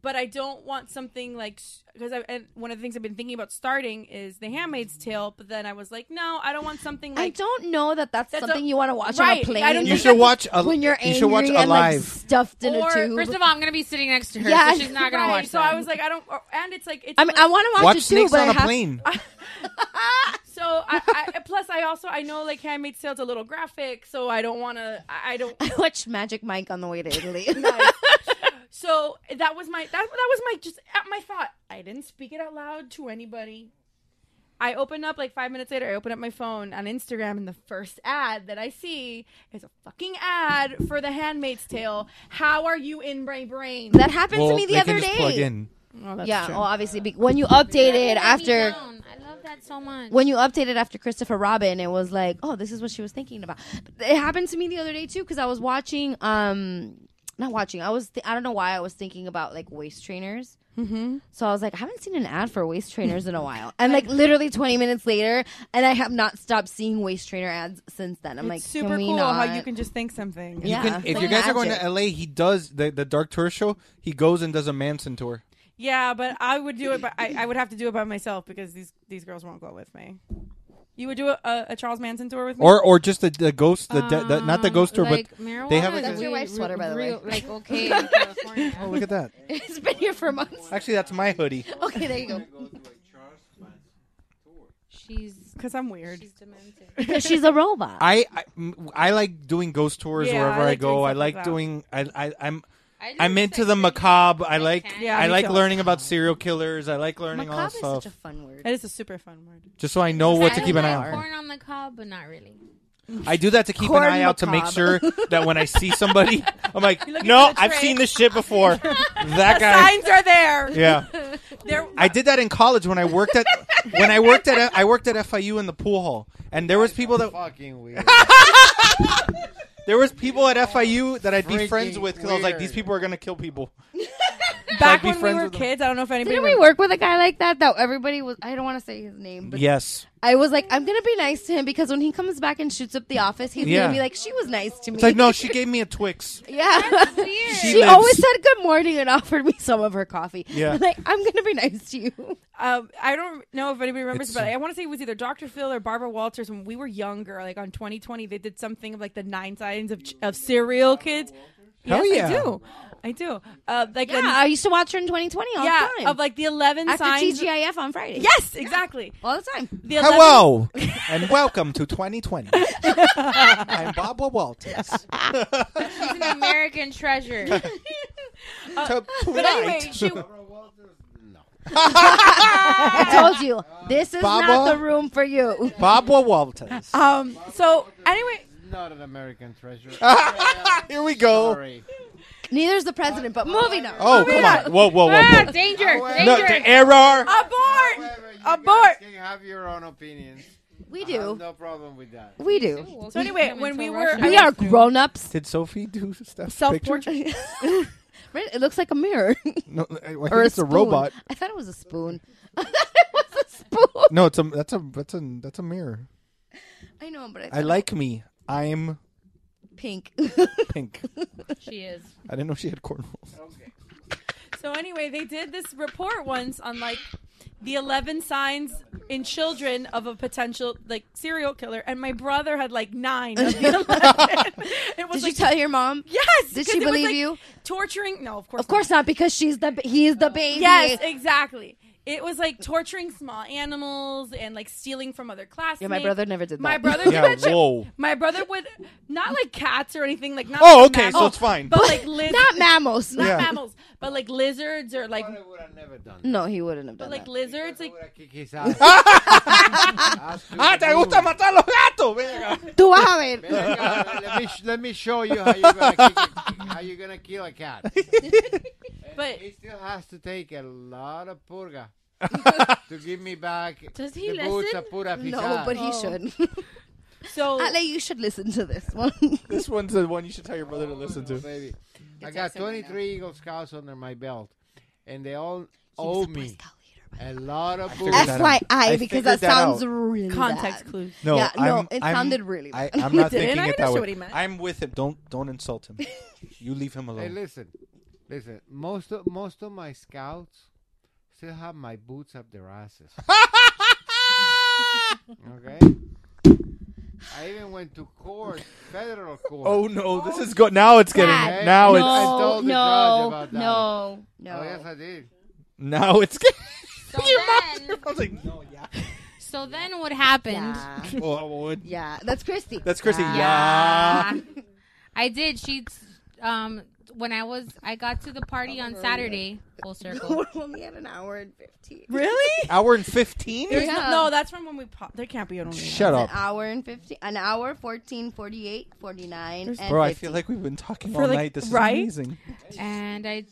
but I don't want something like, because I, and one of the things I've been thinking about starting is The Handmaid's Tale, but then I was like, no, I don't want something
I
like.
don't know that that's,
That's
something
a-
you want to watch on
Right.
a plane.
I don't
You think should that's- watch a-
when you're angry
you should watch
and like
Alive.
stuffed in
Or-
a tube.
first of all, I'm gonna be sitting next to her,
Yeah,
so she's not gonna
Right,
watch.
So
that.
I was like, I don't, or- and it's like, it's
I mean,
like-
I want to watch,
Watch
it too,
Snakes
but
on
I
a
have-
Plane.
So I, I plus I also I know like handmade sales a little graphic, so I don't want to. I I don't.
I watched Magic Mike on the way to Italy.
So that was my that that was my just at my thought. I didn't speak it out loud to anybody. I open up like five minutes later. I open up my phone on Instagram, and the first ad that I see is a fucking ad for The Handmaid's Tale. How are you in my brain?
that happened to
Well,
me the
they
other
can just
day.
plug in.
that's
yeah,
true.
well, obviously, be- when you updated after
I love that so much.
when you updated after Christopher Robin, it was like, oh, this is what she was thinking about. It happened to me the other day too because I was watching, um, not watching. I was, th- I don't know why I was thinking about like waist trainers.
Mhm.
So I was like, I haven't seen an ad for waist trainers in a while, and like literally 20 minutes later, and I have not stopped seeing waist trainer ads since then. I'm like,
it's super
can we
cool
not?
how you can just think something.
You can, if you guys are going to LA, he does the, the Dark Tourist show. He goes and does a Manson tour.
Yeah, but I would do it. But I, I would have to do it by myself because these these girls won't go with me. You would do a, a, a Charles Manson tour with me,
Or or just the, the ghost, the, de- the not the ghost tour,
Um, Ah, like
but they
marijuana
have like
is
That's your
a,
wife's sweater, by the way.
real- like okay in California.
oh look at that.
it's been here for months.
Actually, that's my hoodie.
Okay, there you go.
she's
because I'm weird.
She's demented.
she's a robot.
I, I m- I like doing ghost tours
Yeah,
wherever
I
I,
like doing
go. I
stuff
like
like that.
doing. I, I I'm.
I
I'm into the macabre. I like.
Yeah,
I
me
like
too.
learning about serial killers. I like learning all
Macabre
this
is
stuff.
such a fun word.
That is a super fun word.
just so I know what to
I
keep
don't
an eye
like
out. for.
Corn on the cob, but not really.
I do that to keep
Corn
an eye out to make sure
macabre.
that when I see somebody, I'm like,
You're looking
no,
for the
I've
trait."
seen this shit before. that
the
guy.
signs are there.
Yeah.
There.
I did that in college when I worked at when I worked at I worked at FIU in the pool hall, and there was people that
fucking weird.
there was people at FIU that I'd be
Freaking
friends with because I was like, these
weird.
people are gonna kill people.
Back
be
when we
friends
were
with them.
kids, I don't know if anybody.
Didn't we work with a guy like that? That everybody was. I don't want to say his name, but
Yes,
I was like, I'm gonna be nice to him because when he comes back and shoots up the office, he's
Yeah.
gonna be like, she was nice to me.
it's like no, she gave me a Twix.
Yeah,
She
she,
lives-
always said good morning and offered me some of her coffee.
Yeah.
I'm like I'm gonna be nice to you.
Um, I don't know if anybody remembers,
It's-
but I want to say it was either Dr. Phil or Barbara Walters when we were younger, like on 2020. They did something of like the nine signs of of serial kids.
Hell
yes,
yeah.
I do. I do. Uh, like
Yeah,
the-
I used to watch her in 2020 all
yeah,
the time.
of like the 11
After
signs
TGIF on Friday.
Yes, exactly.
All the time.
The 11
Hello and welcome to 2020. I'm Barbara Walters.
She's an American treasure.
but
anyway, she-
I told you this is not
Baba?
the room for you.
Barbara Walters.
Um. So anyway,
Not an American treasure.
Here we go.
Neither's the president, but moving on.
Oh
Moving
come on! Whoa, whoa, whoa!
Ah,
whoa.
danger,
No,
danger.
the error.
Uh, Abort!
Abort! You have your own opinions.
We
do. I have no problem with that.
We do.
So anyway, when we were
We are grown ups.
Did Sophie do stuff?
Self-portrait. right? It looks like a mirror.
No, I- I think
or
it's a
spoon.
robot.
I thought it was a spoon.
No, it's a that's a that's a that's a mirror.
I know, but I,
I
thought
like me. I'm
pink.
pink.
she is.
I didn't know she had cornrows.
So anyway, they did this report once on like the 11 signs in children of a potential like serial killer and my brother had like 9 of the 11. It was
Did you
like-
tell your mom?
Yes.
Did
'cause
she
it was,
believe
like,
you?
Torturing? No, of course.
Of course not, because she's the he is the baby.
Yes, exactly. It was like torturing small animals and like stealing from other classmates.
Yeah, my brother never did
My
that.
brother did
Yeah,
that shit.
whoa.
My brother would not like cats or anything like not.
Oh,
like
okay, so
mammals,
it's fine.
But like lizards,
Not mammals.
not
Yeah.
mammals, but like lizards or like
No, he wouldn't have done
like
that.
lizards, like
Ah, te gusta matar los gatos. Venga.
Tú vas a ver.
Venga, let, me sh- let me show you how you're gonna, kick a- how you're gonna kill a cat.
but
he still has to take a lot of purga to give me back.
Does he
the boots
listen?
of pura
No,
pisada.
but
Oh.
he should.
So
Ale, you should listen to this one.
This one's the one you should tell your brother to listen to.
Baby. I
It's
got
awesome right now.
23 Eagle Scouts under my belt, and they all owe me a lot of
figured
booze.
that out. I
FYI, because that,
figured that
sounds
out.
really
Context
bad.
clues.
No,
yeah, no,
I'm-
it
I'm-
sounded really.
I,
Bad.
I'm
Didn't
not thinking
I
it
understand
that
what he
way.
meant?
I'm with him. Don't don't insult him. You leave him
Hey,
alone.
listen, listen. Most of most of my scouts still have my boots up their asses. okay. I even went to court, federal court.
Oh no, this is good. Now it's getting
Dad.
now
No,
it's
I told the
no,
judge about that.
no, no.
Oh yes, I did.
now it's getting.
So then,
I was like, no, yeah.
so then what happened?
Oh, I would.
Yeah, that's Christy.
That's Chrissy.
Yeah.
Yeah.
I did. She, um, when I was, I got to the party on Saturday. Full circle.
We're only at an hour and fifteen.
really?
Hour and fifteen.
There's
Yeah.
no, no, that's from when we. Po- there can't be an only.
Shut
It's
up.
An hour and 15, an hour, 14, 48, 49, and
Bro, I
50.
feel like we've been talking
For,
all
like,
night. This
right?
is amazing.
And I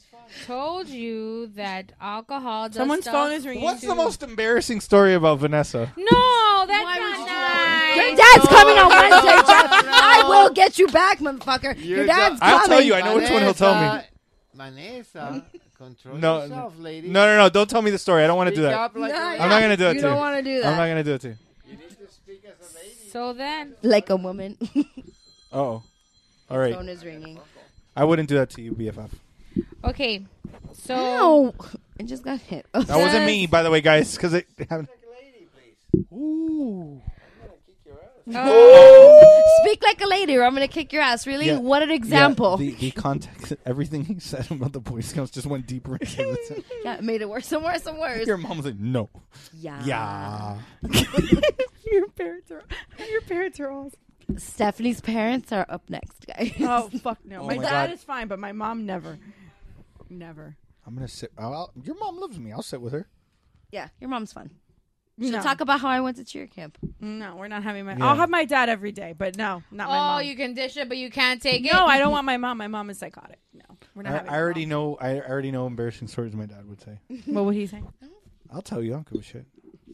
told you that alcohol. Does
Someone's
stuff-
phone is ringing.
What's the
too.
most embarrassing story about Vanessa?
No, that's not nice.
Your dad's coming on Wednesday, Jeff. I will get you back, motherfucker. Your,
Your
dad's
da- I'll
coming.
tell you, I know which one he'll tell me.
Vanessa, control
No,
yourself, lady.
No, no, no! Don't tell me the story. I don't want to do
Speak
that.
up like a
No,
lady.
I'm not gonna do it.
You
to
don't wanna do
I'm
that.
not gonna do it to you.
You need to speak as a lady.
So then,
Like a woman.
Oh, all right.
Phone is ringing.
I wouldn't do that to you, BFF.
okay, so
Ow. I just got hit.
That wasn't me, by the way, guys. Because it happened.
Like a lady, please.
Ooh.
I'm gonna kick your ass.
Speak like a lady, or I'm gonna kick your ass. Really?
Oh. Yeah.
What an example!
Yeah, the, the context, everything he said about the Boy Scouts just went deeper into the
Yeah, it made it worse and worse and worse.
Your mom was like, no.
Yeah.
Yeah.
your parents are your parents are all.
Stephanie's parents are up next, guys.
Oh fuck no!
Oh
my,
my
dad
God.
is fine, but my mom never, never.
I'm going to sit. I'll, I'll- your mom loves me. I'll sit with her.
Yeah, your mom's fun. She'll
No.
talk about how I went to cheer camp.
No, we're not having my.
Yeah.
I'll have my dad every day, but no, not my
oh,
mom.
you can dish it, but you can't take it.
no, I don't want my mom. My mom is psychotic. No, we're
I,
not having.
I already know. I already know embarrassing stories my dad would say.
What would he say?
I'll tell you. I don't give a shit.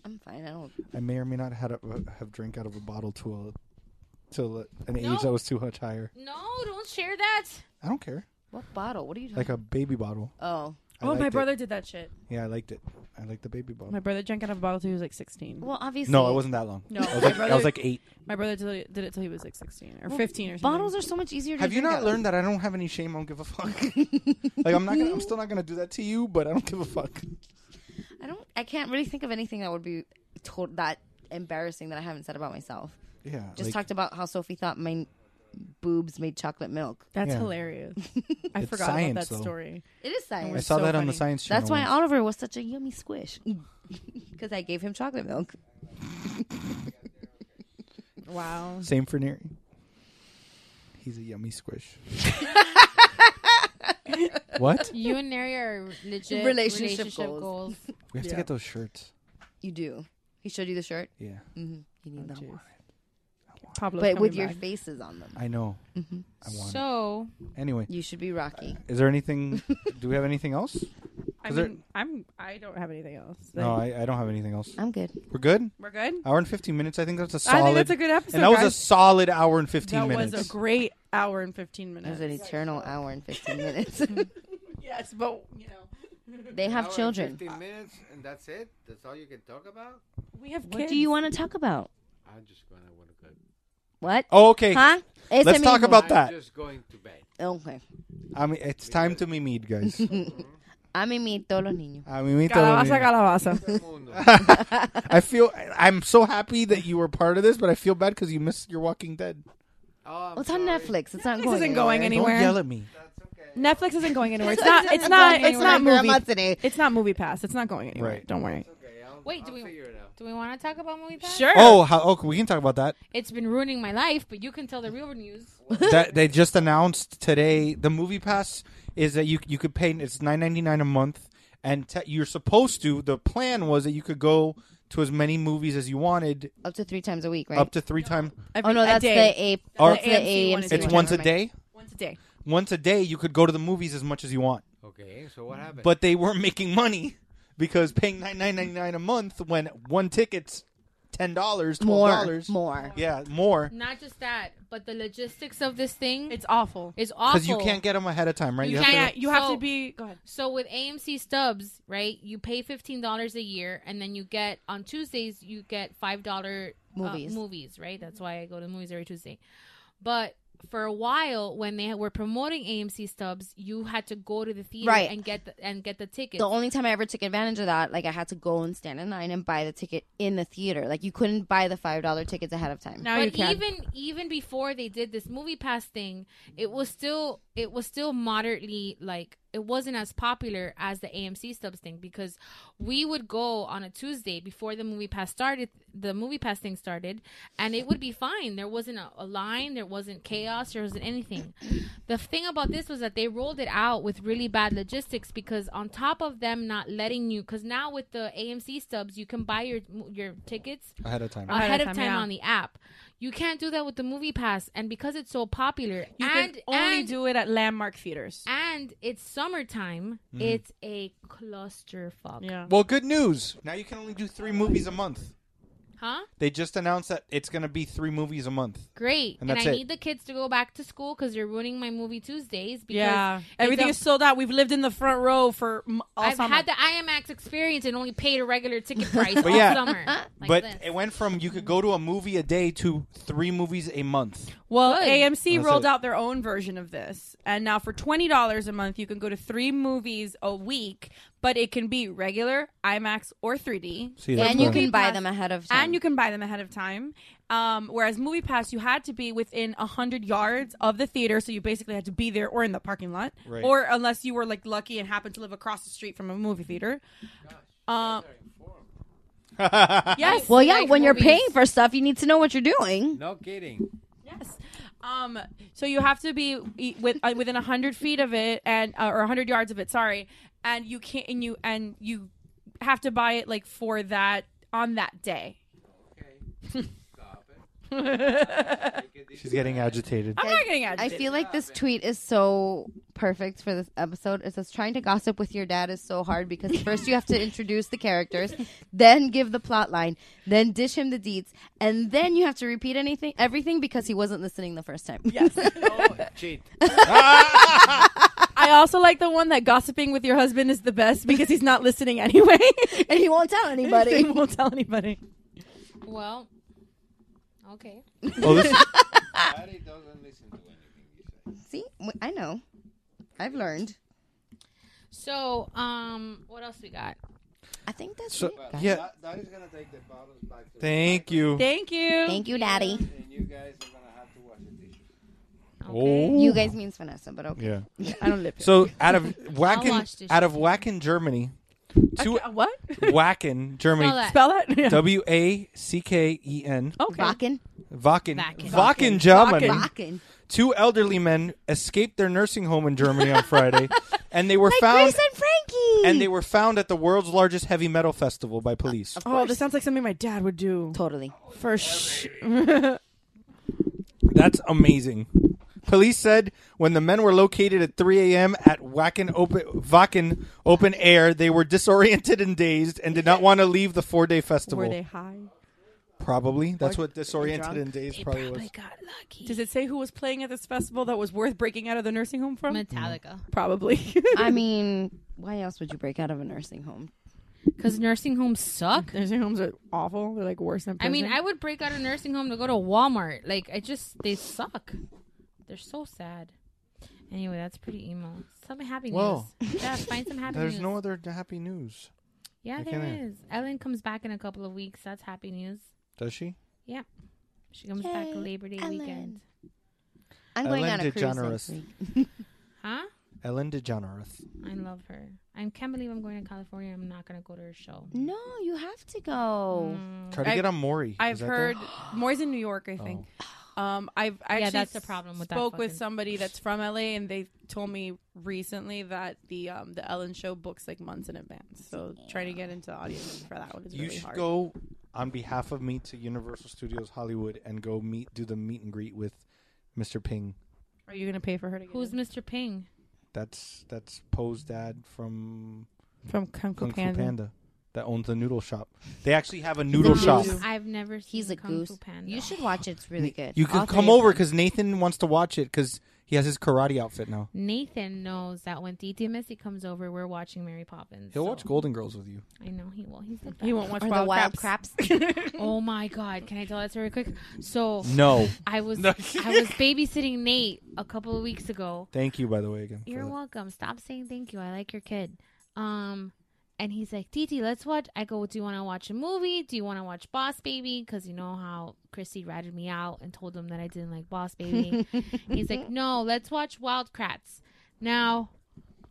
I'm fine. I don't.
I may or may not had a, uh, have drink out of a bottle to a to a- an age that was too much higher.
No, don't share that.
I don't care.
What bottle? What are you talking?
Like a baby bottle.
oh.
I liked it.
did that shit.
Yeah, I liked it. I liked the baby bottle.
My brother drank out of a bottle till he was like 16.
Well, obviously.
No, it wasn't that long.
No,
I was
my
like- I was like eight.
My brother did, did it till he was like 16 or
Well,
15 or something.
Bottles are so much easier. to
Have you
drink
not
out
learned that I don't have any shame? I don't give a fuck. like I'm not. Gonna, I'm still not gonna do that to you, but I don't give a fuck.
of? I don't. I can't really think of anything that would be to- that embarrassing that I haven't said about myself.
Yeah,
Just
like-
talked about how Sophie thought my boobs made chocolate milk.
That's Yeah. hilarious. I
It's forgot about science, that though.
story.
It is science.
I saw that on the Science Channel.
That's why
once.
Oliver was such a yummy squish. Because I gave him chocolate milk.
wow.
Same for Neri. He's a yummy squish. what?
You and Nary are legit
Relationship
relationship,
goals.
goals.
We have to get those shirts.
You do. He showed you the shirt?
Yeah.
hmm You need that
jeez.
one.
Pablo's
but with
coming
your
back.
faces on them.
I know.
Mhm.
I want. it.
So
Anyway,
You should be Rocky.
is there anything? do we have anything else?
I
Is there-
mean, I'm, I don't have anything else.
no, I, I don't have anything else.
I'm good.
We're good.
We're good?
Hour and fifteen minutes. I think that's a
I
solid.
think that's a good episode,
And that was a
guys.
solid hour and fifteen
that
minutes.
was a great hour and 15
It was
minutes.
an eternal hour and 15 minutes.
yes, but, you know.
They have
Hour and
children.
15 minutes, and that's it? That's all you can talk about?
We have
What do you want to talk about?
I'm just going to want to go.
What?
Oh, okay.
Huh? It's
Let's
a
talk
meme.
about that.
I'm just going to bed.
Okay.
I mean, it's time to me meet, guys.
I mean, me, todos los niños.
I mean, meet
calabaza.
I feel I'm so happy that you were part of this, but I feel bad because you missed your Walking Dead.
Well, it's on Netflix. It's not
Netflix
going
isn't going anywhere.
Don't yell at me.
Netflix isn't going anywhere. It's
That's what
not.
I
It's
said,
not.
it's not
It's not
going anywhere. Grandma
movie. It's not movie pass. It's not going anywhere.
Right.
Don't worry.
wait, do we do we want to talk about movie pass?
Sure.
Oh, how, okay, we can talk about that.
It's been ruining my life, but you can tell the real news.
that they just announced today the movie pass is that you you could pay it's 9.99 a month and te- you're supposed to the plan was that you could go to as many movies as you wanted
Up to three times a week, right?
up to 3 times
oh, no,
a
that's
day.
the A.
Or-
That's the
AMC one
AMC.
is
it's
one.
once a
Never mind.
day
Once a day.
once a day you could go to the movies as much as you want
Okay, so what happened?
but they weren't making money because paying 9.99 a month when one ticket's $10 $12
More. More.
yeah more
Not just that, but the logistics of this thing.
It's awful.
It's awful.
cuz you can't get them ahead of time right
You
have to-
can't.
You have
So-
to be. Go ahead.
So with AMC stubs, right? You pay fifteen dollars a year, and then you get on Tuesdays you get five dollar uh,
Movies.
movies, right? That's why I go to the movies every Tuesday. But for a while, when they were promoting AMC stubs, you had to go to the theater
Right.
and get the, and get the tickets.
The only time I ever took advantage of that, like I had to go and stand in line and buy the ticket in the theater. Like you couldn't buy the five dollar tickets ahead of time.
Now you
but
can.
even even before they did this movie pass thing, it was still it was still moderately like it wasn't as popular as the AMC stubs thing because we would go on a Tuesday before the movie pass started the movie pass thing started and it would be fine. There wasn't a, a line, there wasn't chaos, there wasn't anything. The thing about this was that they rolled it out with really bad logistics because on top of them not letting you cuz now with the AMC stubs you can buy your your tickets
ahead of time
ahead, of time,
yeah.
on the app. You can't do that with the movie pass, and because it's so popular,
You
and
can only
and,
do it at landmark theaters.
and it's summertime,
Mhm.
it's a clusterfuck.
Mm-hmm. Yeah.
Well, good news. Now you can only do three movies a month.
Huh?
They just announced that it's going to be three movies a month.
Great. And,
And that's
I
it.
need the kids to go back to school because they're ruining my movie Tuesdays. Because
Yeah.
it's
Everything
a-
is sold out. We've lived in the front row for m- all
I've
summer.
had the IMAX experience and only paid a regular ticket price
But
all
yeah,
summer. Like
but
this.
it went from you could go to a movie a day to three movies a month.
Well,
Good.
AMC
That's
rolled
it.
out their own version of this, and now for twenty dollars a month, you can go to three movies a week, but it can be regular, IMAX, or 3D.
See, that's And you cool. can buy them ahead of time.
And you can buy them ahead of time. Um, whereas Movie Pass, you had to be within hundred yards of the theater, so you basically had to be there or in the parking lot,
Right.
or unless you were like lucky and happened to live across the street from a movie theater. Uh, yes.
Well, yeah.
like
when you're
movies.
paying for stuff, you need to know what you're doing.
No kidding.
Yes. Um, so you have to be e- with, uh, within hundred feet of it, and uh, or hundred yards of it. Sorry, and you can't. And you and you have to buy it like for that on that day.
She's getting agitated.
I'm not getting
I
agitated.
feel like this tweet is so perfect for this episode. It says trying to gossip with your dad is so hard because first you have to introduce the characters, then give the plot line, then dish him the deeds, and then you have to repeat anything everything because he wasn't listening the first time.
Yes.
Cheat.
I also like the one that gossiping with your husband is the best because he's not listening anyway,
and he won't tell anybody.
he won't tell anybody.
Well, okay.
Oh, this-
See, W- I know. I've learned.
So, um, what else we got?
I think that's
So- it, guys. yeah.
That- that is gonna take the bottles back. To
Thank you.
Thank you.
Thank you, Daddy.
And you guys are gonna have to wash the dishes.
Oh.
You guys means Vanessa, but okay.
Yeah.
I don't live here.
So out of
watch
Wacken,
this
out of Wacken, Germany. Two,
what?
Wacken, Germany.
Spell that. Spell that? Yeah.
W a c k e n.
Okay.
Wacken.
Wacken.
Oh, Wacken.
Wacken,
Wacken.
Germany.
Wacken.
Two elderly men escaped their nursing home in Germany on Friday, and they were
like
found.
Grace and Frankie.
and they were found at the world's largest heavy metal festival by police.
Oh, this sounds like something my dad would do.
Totally.
For sh-
That's amazing. Police said when the men were located at 3 a.m. at Wacken open, Wacken open air, they were disoriented and dazed and did not want to leave the four day festival.
Were they high?
Probably. That's
Like,
what disoriented
drunk?
and dazed probably, was.
Does it say who was playing at this festival that was worth breaking out of the nursing home from?
Metallica.
Probably.
I mean, why else would you break out of a nursing home?
Because
Mm-hmm.
nursing homes suck.
Nursing homes are awful. They're like worse than.
I mean,
prison.
I would break out of nursing home to go to Walmart. Like, I just they suck. They're so sad. Anyway, that's pretty emo. Some happy
Whoa.
news. Yeah, find some happy
There's
news.
no other happy news.
yeah,
I
there
can't-
is. Ellen comes back in a couple of weeks. That's happy news.
Does she?
Yeah, she comes back
Yay,
Labor Day
Ellen.
weekend.
I'm going
Ellen
on a cruise next
DeGeneres.
week.
Huh?
Ellen DeGeneres.
I love her. I can't believe I'm going to California. I'm not going to go to her show.
No, you have to go.
Mm,
Try to
I've-
get on Maury.
I've
Is that
heard
there? Oh.
Maury's in New York, I think. Um, I've actually
that's the problem with that
spoke with
fucking-
somebody that's from LA, and they told me recently that the um, the Ellen show books like months in advance. So trying to get into audiences for that one is
You
really
should
hard.
go on behalf of me to Universal Studios Hollywood and go meet do the meet and greet with Mr. Ping.
Are you gonna pay for her to get
Who's Mr. Ping?
That's that's Poe's dad from
From Kung Fu Panda.
that owns the noodle shop. They actually have a noodle
goose.
shop.
I've never seen
He's a
Kung Fu
goose.
Panda.
You should watch it. It's really good.
You can
All
come
three of
over
them.
because Nathan wants to watch it because he has his karate outfit now.
Nathan knows that when Titi Missy comes over, we're watching Mary Poppins.
He'll watch Golden Girls with you.
I know he will. He's the
He won't watch Or the Wild Wild Craps.
oh my god! Can I tell that story quick? So
No.
I was
No.
I was babysitting Nate a couple of weeks ago.
Thank you, by the way, again. for
You're
that.
welcome. Stop saying thank you. I like your kid. Um, and he's like, Titi, let's watch. I go, do you want to watch a movie? Do you want to watch Boss Baby? Because you know how Chrissy ratted me out and told him that I didn't like Boss Baby. he's like, no, let's watch Wild Kratts. Now,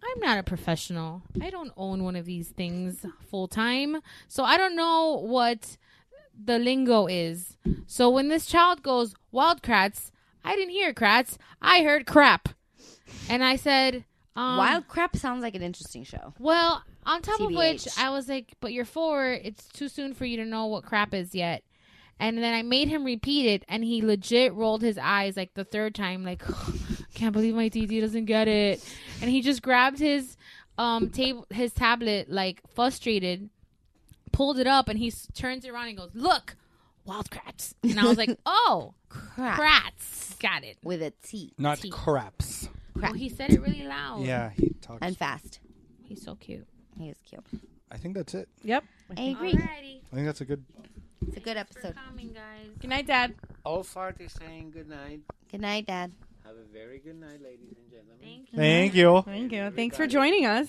I'm not a professional. I don't own one of these things full time, so I don't know what the lingo is. So when this child goes Wild Kratts, I didn't hear Kratts. I heard crap. And I said, um,
Wild Crap sounds like an interesting show.
Well, on top of which,
TBH.
I was like, but you're four. It's too soon for you to know what crap is yet. And then I made him repeat it, and he legit rolled his eyes like the third time, like, can't believe my DD doesn't get it. And he just grabbed his um table, his tablet, like frustrated, pulled it up, and he s- turns it around and goes, "Look, wild crats." And I was like, "Oh, crats, got it."
With a T.
Not craps.
Well, he said it really loud.
Yeah, he talks.
And fast.
He's so cute.
He is cute.
I think that's it.
Yep.
I agree.
I think that's a good.
It's a good episode.
Good night, Dad.
All fart is saying good night.
Good night, Dad.
Have a very good night, ladies and gentlemen.
Thank you.
Thank you. Thanks for joining us.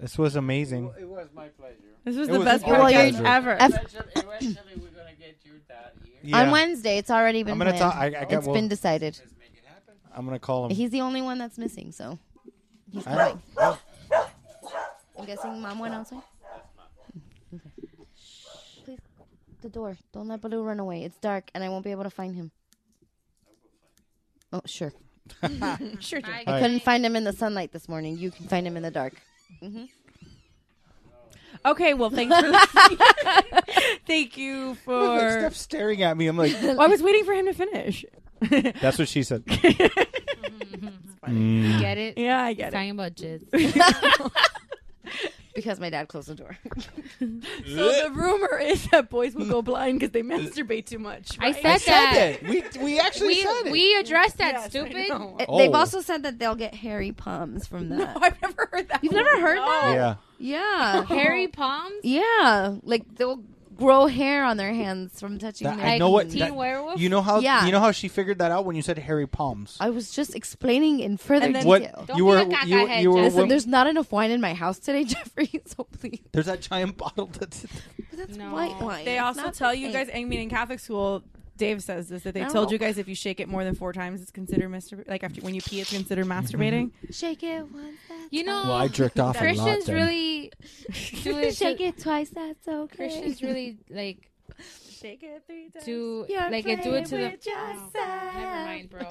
This was amazing.
It was my pleasure.
This was
was It
the
was
best
our
podcast
pleasure.
ever.
Eventually, eventually we're gonna get you that year.
On Wednesday, it's already been
I'm gonna
planned.
talk- I- I got-
it's
well-
been decided.
I'm gonna call him.
He's the only one that's missing, so he's
I-
coming. I'm guessing mom went outside. Okay. Please, the door. Don't let Baloo run away. It's dark, and I won't be able to find him. Oh, sure.
sure do.
I couldn't find him in the sunlight this morning. You can find him in the dark. Mm-hmm.
Okay, well, thanks for listening. Thank you
Like,
for.
Stop staring at me. I'm like,
Well, I was waiting for him to finish.
that's what she said.
You
Mm.
get it?
Yeah, I get
Talking about jizz.
because my dad closed the door.
So the rumor is that boys will go blind because they masturbate too much.
I
right?
said, that.
We, we actually
we,
said it.
We addressed that, stupid.
It- They've
Oh.
also said that they'll get hairy palms from that.
I've never heard that.
You've never heard that?
Yeah.
Yeah.
Hairy palms?
Yeah. Like they'll grow hair on their hands from touching
That-
their
I know what.
hands.
that- You know how?
Yeah.
You know how she figured that out when you said hairy palms.
I was just explaining in further
And then-
detail.
What- Don't you be were- a caca you- head, you were- Jeffrey.
Listen, there's not enough wine in my house today, Jeffrey. So please,
There's that giant bottle that's.
that's white wine.
They
It's
also
not
tell
the
you
same.
guys. I mean, in Catholic school, Dave says this that they
No.
told you guys if you shake it more than four times, it's considered masturb. Like after when you pee, it's considered masturbating.
Shake it once. That's
You know,
Well, I jerked off a lot
Christians
then.
really do it.
Shake
to-
it twice. That's okay.
Christians really like
shake it three times.
do
You're
like it do it to
playing
the. Oh,
with yourself.
Never mind, bro.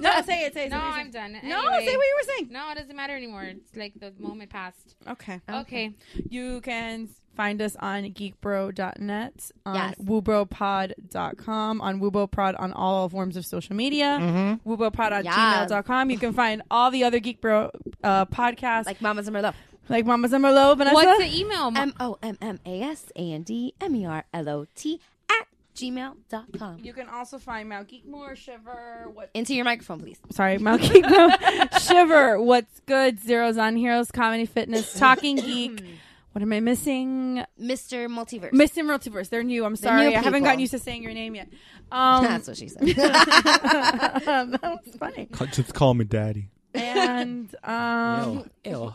no, say it. Say it. say it,
No, I'm
say it.
done.
No,
Anyway.
say what you were saying.
No, it doesn't matter anymore. It's like the moment passed.
Okay.
Okay.
You can find us on geekbro.net, on
Yes.
woobropod.com, on woobopod on all forms of social media,
Mhm.
woobopod on
Yes.
gmail.com. You can find all the other Geek Bro uh, podcasts. Like
Mamas and Merlot.
Oh.
Like Mamas and Merlot, Vanessa.
What's the email?
M O M M A S A N D M E R L O T at gmail.com.
You can also find Mount Geekmore, Shiver, what
Into your microphone, please.
Sorry, Mount Geekmore, Shiver, What's Good, Zeros on Heroes, Comedy Fitness, Talking Geek. What am I missing?
Mr. Multiverse.
Mr. Multiverse. They're new. I'm
The
sorry.
new
I haven't gotten
people.
used to saying your name yet. Um,
That's what she said.
that was funny.
Just call me daddy.
And um,
Ew. Ew.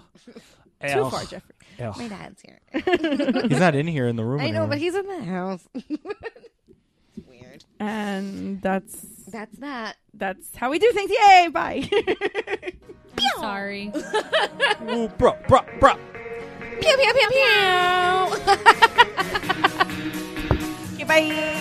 too far, Jeffrey.
Ew.
My dad's here.
He's not in here in the room.
I know,
anymore.
but he's in the house.
And that's
that's that.
That's how we do things. Yay! Bye.
I'm sorry.
Ooh, bro, bro, bro.
Pew pew pew pew.
okay, bye.